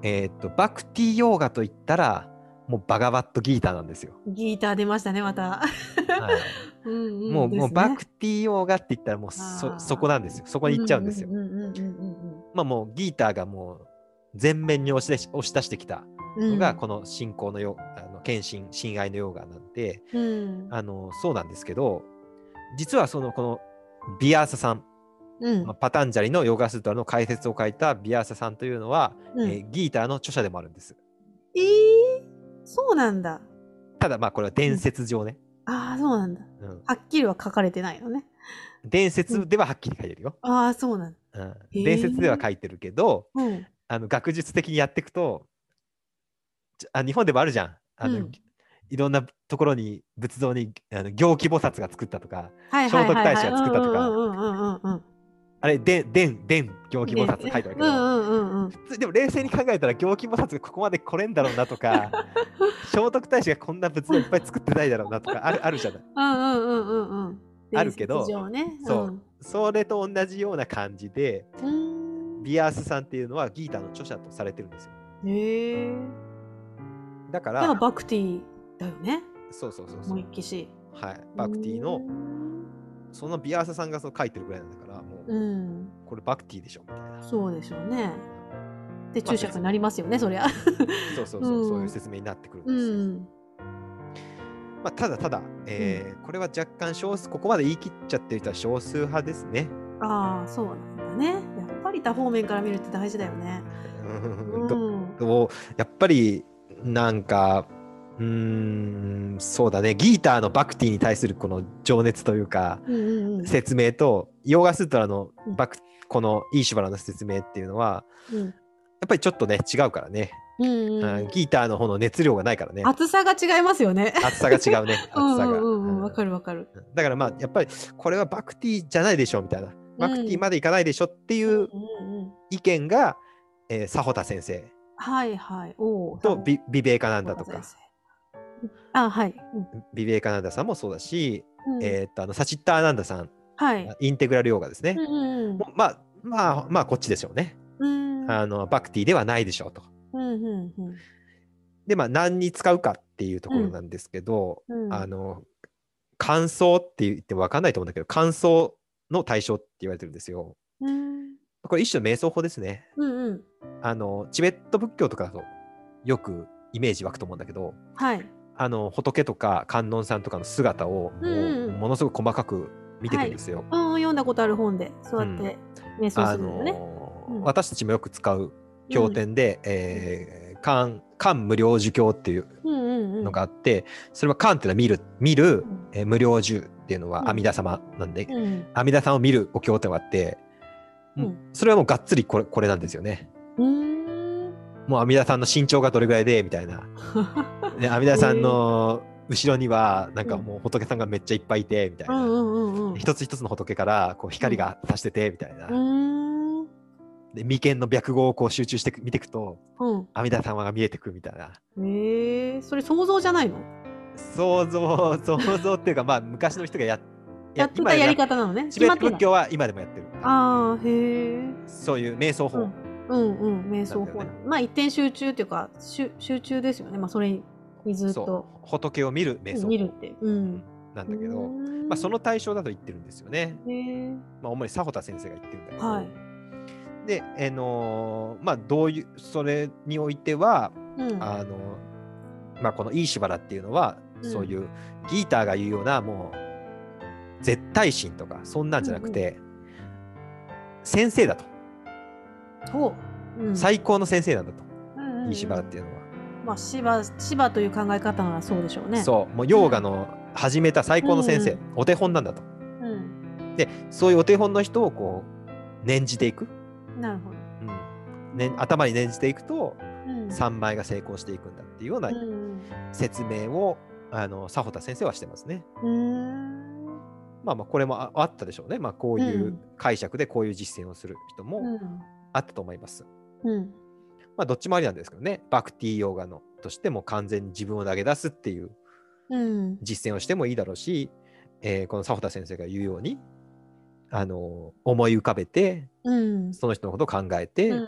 S2: えー、とバクティヨーガといったらもうバガバットギーターなん ですよ。
S1: うんギーター出ましたねまた。うんうん
S2: もう,、
S1: ですね
S2: もうバクティヨーガって言ったらも
S1: あ
S2: う
S1: ー
S2: そそこなんですよそこに行っちゃうんですよ。
S1: うんうんうんうん
S2: まあもうギーターがもう全面に押し出し押し出してきた
S1: うんうん。
S2: のがこの信仰のよ、あの献身親愛のヨガなんで
S1: うん。
S2: あのそうなんですけど実はそのこのビアーサさん、
S1: うん
S2: まあ、パタンジャリのヨガスートラの解説を書いたビアーサさんというのは、
S1: うん
S2: えーギーターの著者でもあるんです
S1: えー、そうなんだ。
S2: ただまあこれは伝説上ね、
S1: ああ、そうなんだ。
S2: うん
S1: はっきりは書かれてないのね。
S2: 伝説でははっきり書いてるよ、
S1: ああ、そうなんだ。
S2: うん
S1: ー
S2: 伝説では書いてるけど
S1: うん。
S2: あの学術的にやっていくとちょあ日本でもあるじゃんあ
S1: う
S2: の、
S1: ん
S2: いろんなところに仏像にあの行基菩薩が作ったとか
S1: はいはいはい、はい。
S2: 聖徳太子が作ったとか
S1: うんうんうんうんうんうん。
S2: あれでんでんでん行基菩薩って書いてあるけ
S1: う
S2: ど、
S1: んうんうんうん。
S2: 普通でも冷静に考えたら行基菩薩がここまで来れんだろうな とか聖徳太子がこんな仏像いっぱい作ってないだろうなとかあるあるじゃない
S1: うんうんうんうんうん。
S2: あるけど
S1: 伝説上ね、
S2: そうそれと同じような感じで
S1: うん。
S2: ビアースさんっていうのはギータの著者とされてるんですよ
S1: うん。へえ。
S2: だか
S1: だかららバクティだよね。
S2: そうそうそうそ
S1: も
S2: う
S1: う一騎士。
S2: はいバクティの
S1: うん
S2: そのビアーサさんがその書いてるぐらいなんだからもう
S1: うん。
S2: これバクティでしょみたいな
S1: そうでしょうね。で注釈になりますよね、そりゃ。
S2: そうそうそう、
S1: うん
S2: そういう説明になってくるん
S1: う
S2: ですよ。
S1: ん。
S2: まあ、ただただ、えーこれは若干少数、ここまで言い切っちゃってる人は少数派ですね。
S1: ああ、そうなんだね。やっぱり多方面から見るって大事だよね。
S2: うん ど
S1: うん。
S2: どうやっぱりなんかうーんそうだねギーターのバクティに対するこの情熱というか
S1: うんうんうん。
S2: 説明とヨーガスートラの
S1: うん
S2: バク、このイーシュバラの説明っていうのは
S1: うん
S2: やっぱりちょっとね違うからね、
S1: うん
S2: う
S1: うんん。
S2: ギーターの方の熱量がないからね
S1: 厚さが違いますよね。
S2: 厚さが違うね
S1: う
S2: 厚
S1: んう
S2: さが。
S1: んうんうん。
S2: う
S1: わ
S2: ん
S1: かるわかる。
S2: だからまあやっぱりこれはバクティじゃないでしょみたいなバクティまでいかないでしょっていう
S1: うんうん。
S2: 意見が、えー、佐保田先生
S1: はいはい。おお。
S2: と美美米カナンダと
S1: そう
S2: か
S1: ですね。あ、はい。うん
S2: 美米カナンダさんもそうだし、
S1: うん
S2: えーっとあのサチッターアナンダさん
S1: はい。
S2: インテグラルヨーガですね
S1: う、んうん
S2: もうまあまあまあこっちでしょうね、
S1: うん。
S2: あのバクティではないでしょうと
S1: うんうんうん
S2: でまあ何に使うかっていうところなんですけど、
S1: うん。
S2: あの感想って言っても分かんないと思うんだけど感想の対象って言われてるんですよ
S1: うん
S2: これ一種の瞑想法ですね
S1: うんうん。
S2: あのチベット仏教とかだとよくイメージ湧くと思うんだけど
S1: はい。
S2: あの仏とか観音さんとかの姿をもう
S1: うんうん
S2: ものすごく細かく見ていくんですよ。
S1: あー読んだことある本で、そうやって瞑想
S2: あ
S1: するの
S2: の
S1: ね。
S2: ー
S1: うん
S2: 私たちもよく使う経典で「えー観、観無量寿経」っていう
S1: うんうんうん。
S2: のがあってそれは観っていうのは見る見る
S1: う、ん
S2: えー無量寿っていうの
S1: うん
S2: は阿弥陀様なんで、
S1: うん。
S2: 阿弥陀様を見るお経典があって、
S1: うん
S2: うんそれはもうがっつりこれこれなんですよね。
S1: うーん。
S2: もう阿弥陀さんの身長がどれぐらいでみたいな。 で阿弥陀さんの後ろにはなんかもう仏さんがめっちゃいっぱいいてみたい
S1: うん
S2: な、
S1: うん うんうん。
S2: 一つ一つの仏からこう光が差しててみたいな、
S1: うーん。うん。
S2: で眉間の白毫をこう集中してく見ていくと阿弥陀様が見えてくるみたいな
S1: えー、それ想像じゃないの
S2: 想像想像っていうかまあ昔の人がや
S1: やってたやり方なのね。
S2: チベッ
S1: 決まっ
S2: ト仏
S1: てない
S2: 教は今でもやってる
S1: ああ、へえ。
S2: そういう瞑想法、
S1: うんうんうん、瞑想法。
S2: なんだよ
S1: まあ一点集中っていうか、集集中ですよね。まあそれにずっ
S2: そう
S1: と
S2: 仏を見る瞑想
S1: 見るっ
S2: 法
S1: て。うん。
S2: なんだけど、
S1: うん
S2: まあ、その対象だと言ってるんですよね、
S1: へえ。
S2: まあ、主に佐保田先生が言ってるんだけど、
S1: はい
S2: で、えのーまあ、どういうそれにおいては、
S1: うん。
S2: あのまあ、この「いいしばら」っていうのは、
S1: うん
S2: そういうギーターが言うようなもう絶対心とかそんなんじゃなくて、先生だと、
S1: と、うん
S2: 最高の先生なんだと、
S1: うんうん
S2: いいしばらっていうのは、
S1: まあ芝芝という考え方ならそうでしょうね。
S2: そうもうヨーガの始めた最高の先生、
S1: うん
S2: お手本なんだと
S1: うん。
S2: でそういうお手本の人をこう念じていく、
S1: なるほど。
S2: うんね、頭に念じていくと
S1: うん。
S2: 3枚が成功していくんだっていうような
S1: うん
S2: 説明を、あの佐保田先生はしてますね。
S1: うん。う
S2: まあまあこれもああったでしょうね。まあこういうんう解釈でこういう実践をする人
S1: ーん
S2: もあったと思います。
S1: うん。うん。
S2: まあどっちもありなんですけどね。バクティヨーガのとしても完全に自分を投げ出すっていう
S1: うん。
S2: 実践をしてもいいだろうし、えーこの佐保田先生が言うように、あの思い浮かべて
S1: うん。
S2: その人のことを考え
S1: う
S2: て
S1: ん
S2: っ。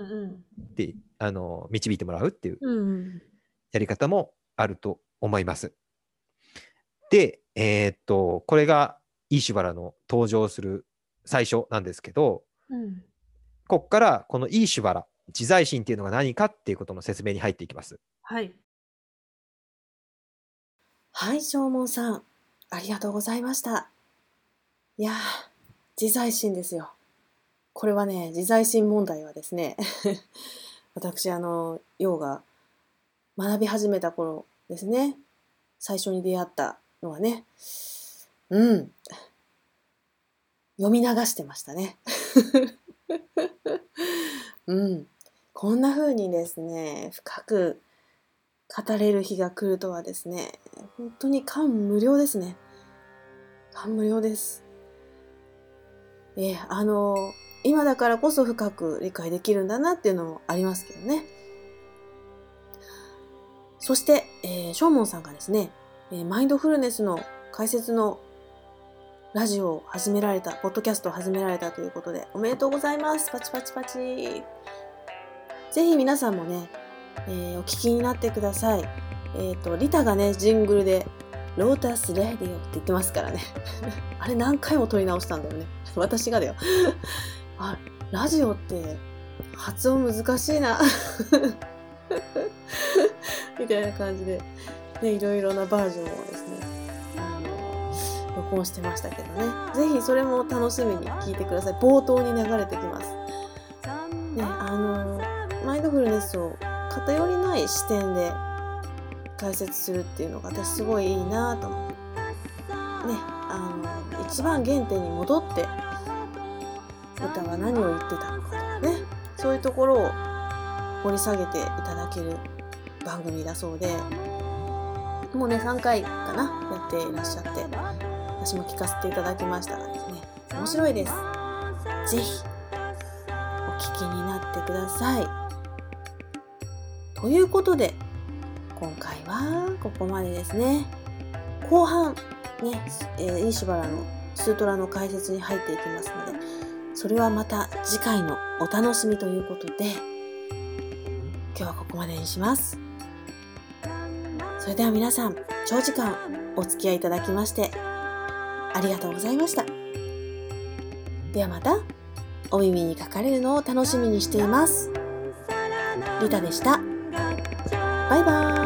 S2: て、あの導いてもらうっていう
S1: うん。
S2: やり方もあると思います。で、えーっと、これがイーシュバラの登場する最初なんですけど、
S1: うん。
S2: ここからこのイーシュバラ、自在心っていうのが何かっていうことの説明に入っていきます。
S1: はい。
S3: はい、正門さん、ありがとうございました。いやー、自在心ですよ。これはね、自在心問題はですね、 私、あの、ヨガ学び始めた頃ですね、最初に出会ったのはね、うん、読み流してましたね。 うん、こんな風にですね、深く語れる日が来るとはですね、本当に感無量ですね。感無量です。ええあの、今だからこそ深く理解できるんだなっていうのもありますけどね。そして、えー、正門さんがですね、えーマインドフルネスの解説のラジオを始められた、ポッドキャストを始められたということで、おめでとうございます。パチパチパチ。ぜひ皆さんもね、えーお聞きになってください。えっ、と、リタがね、ジングルで、ロータスレディオって言ってますからね。 あれ何回も撮り直したんだよね。 私がだよ。あ、ラジオって発音難しいな。 みたいな感じで、ね、いろいろなバージョンをですね、あの、録音してましたけどね。ぜひそれも楽しみに聞いてください。冒頭に流れてきます。ね、あの、マインドフルネスを偏りない視点で解説するっていうのが私すごいいいなと思ってねあの一番原点に戻って歌は何を言ってたのかとかねそういうところを掘り下げていただける番組だそうでもうね3回かなやっていらっしゃって私も聞かせていただきましたがですね面白いですぜひお聞きになってくださいということで今回はここまでですね後半ね、えー、イーシュバラのスートラの解説に入っていきますのでそれはまた次回のお楽しみということで今日はここまでにしますそれでは皆さん長時間お付き合いいただきましてありがとうございましたではまたお耳にかかれるのを楽しみにしていますリタでしたバイバーイ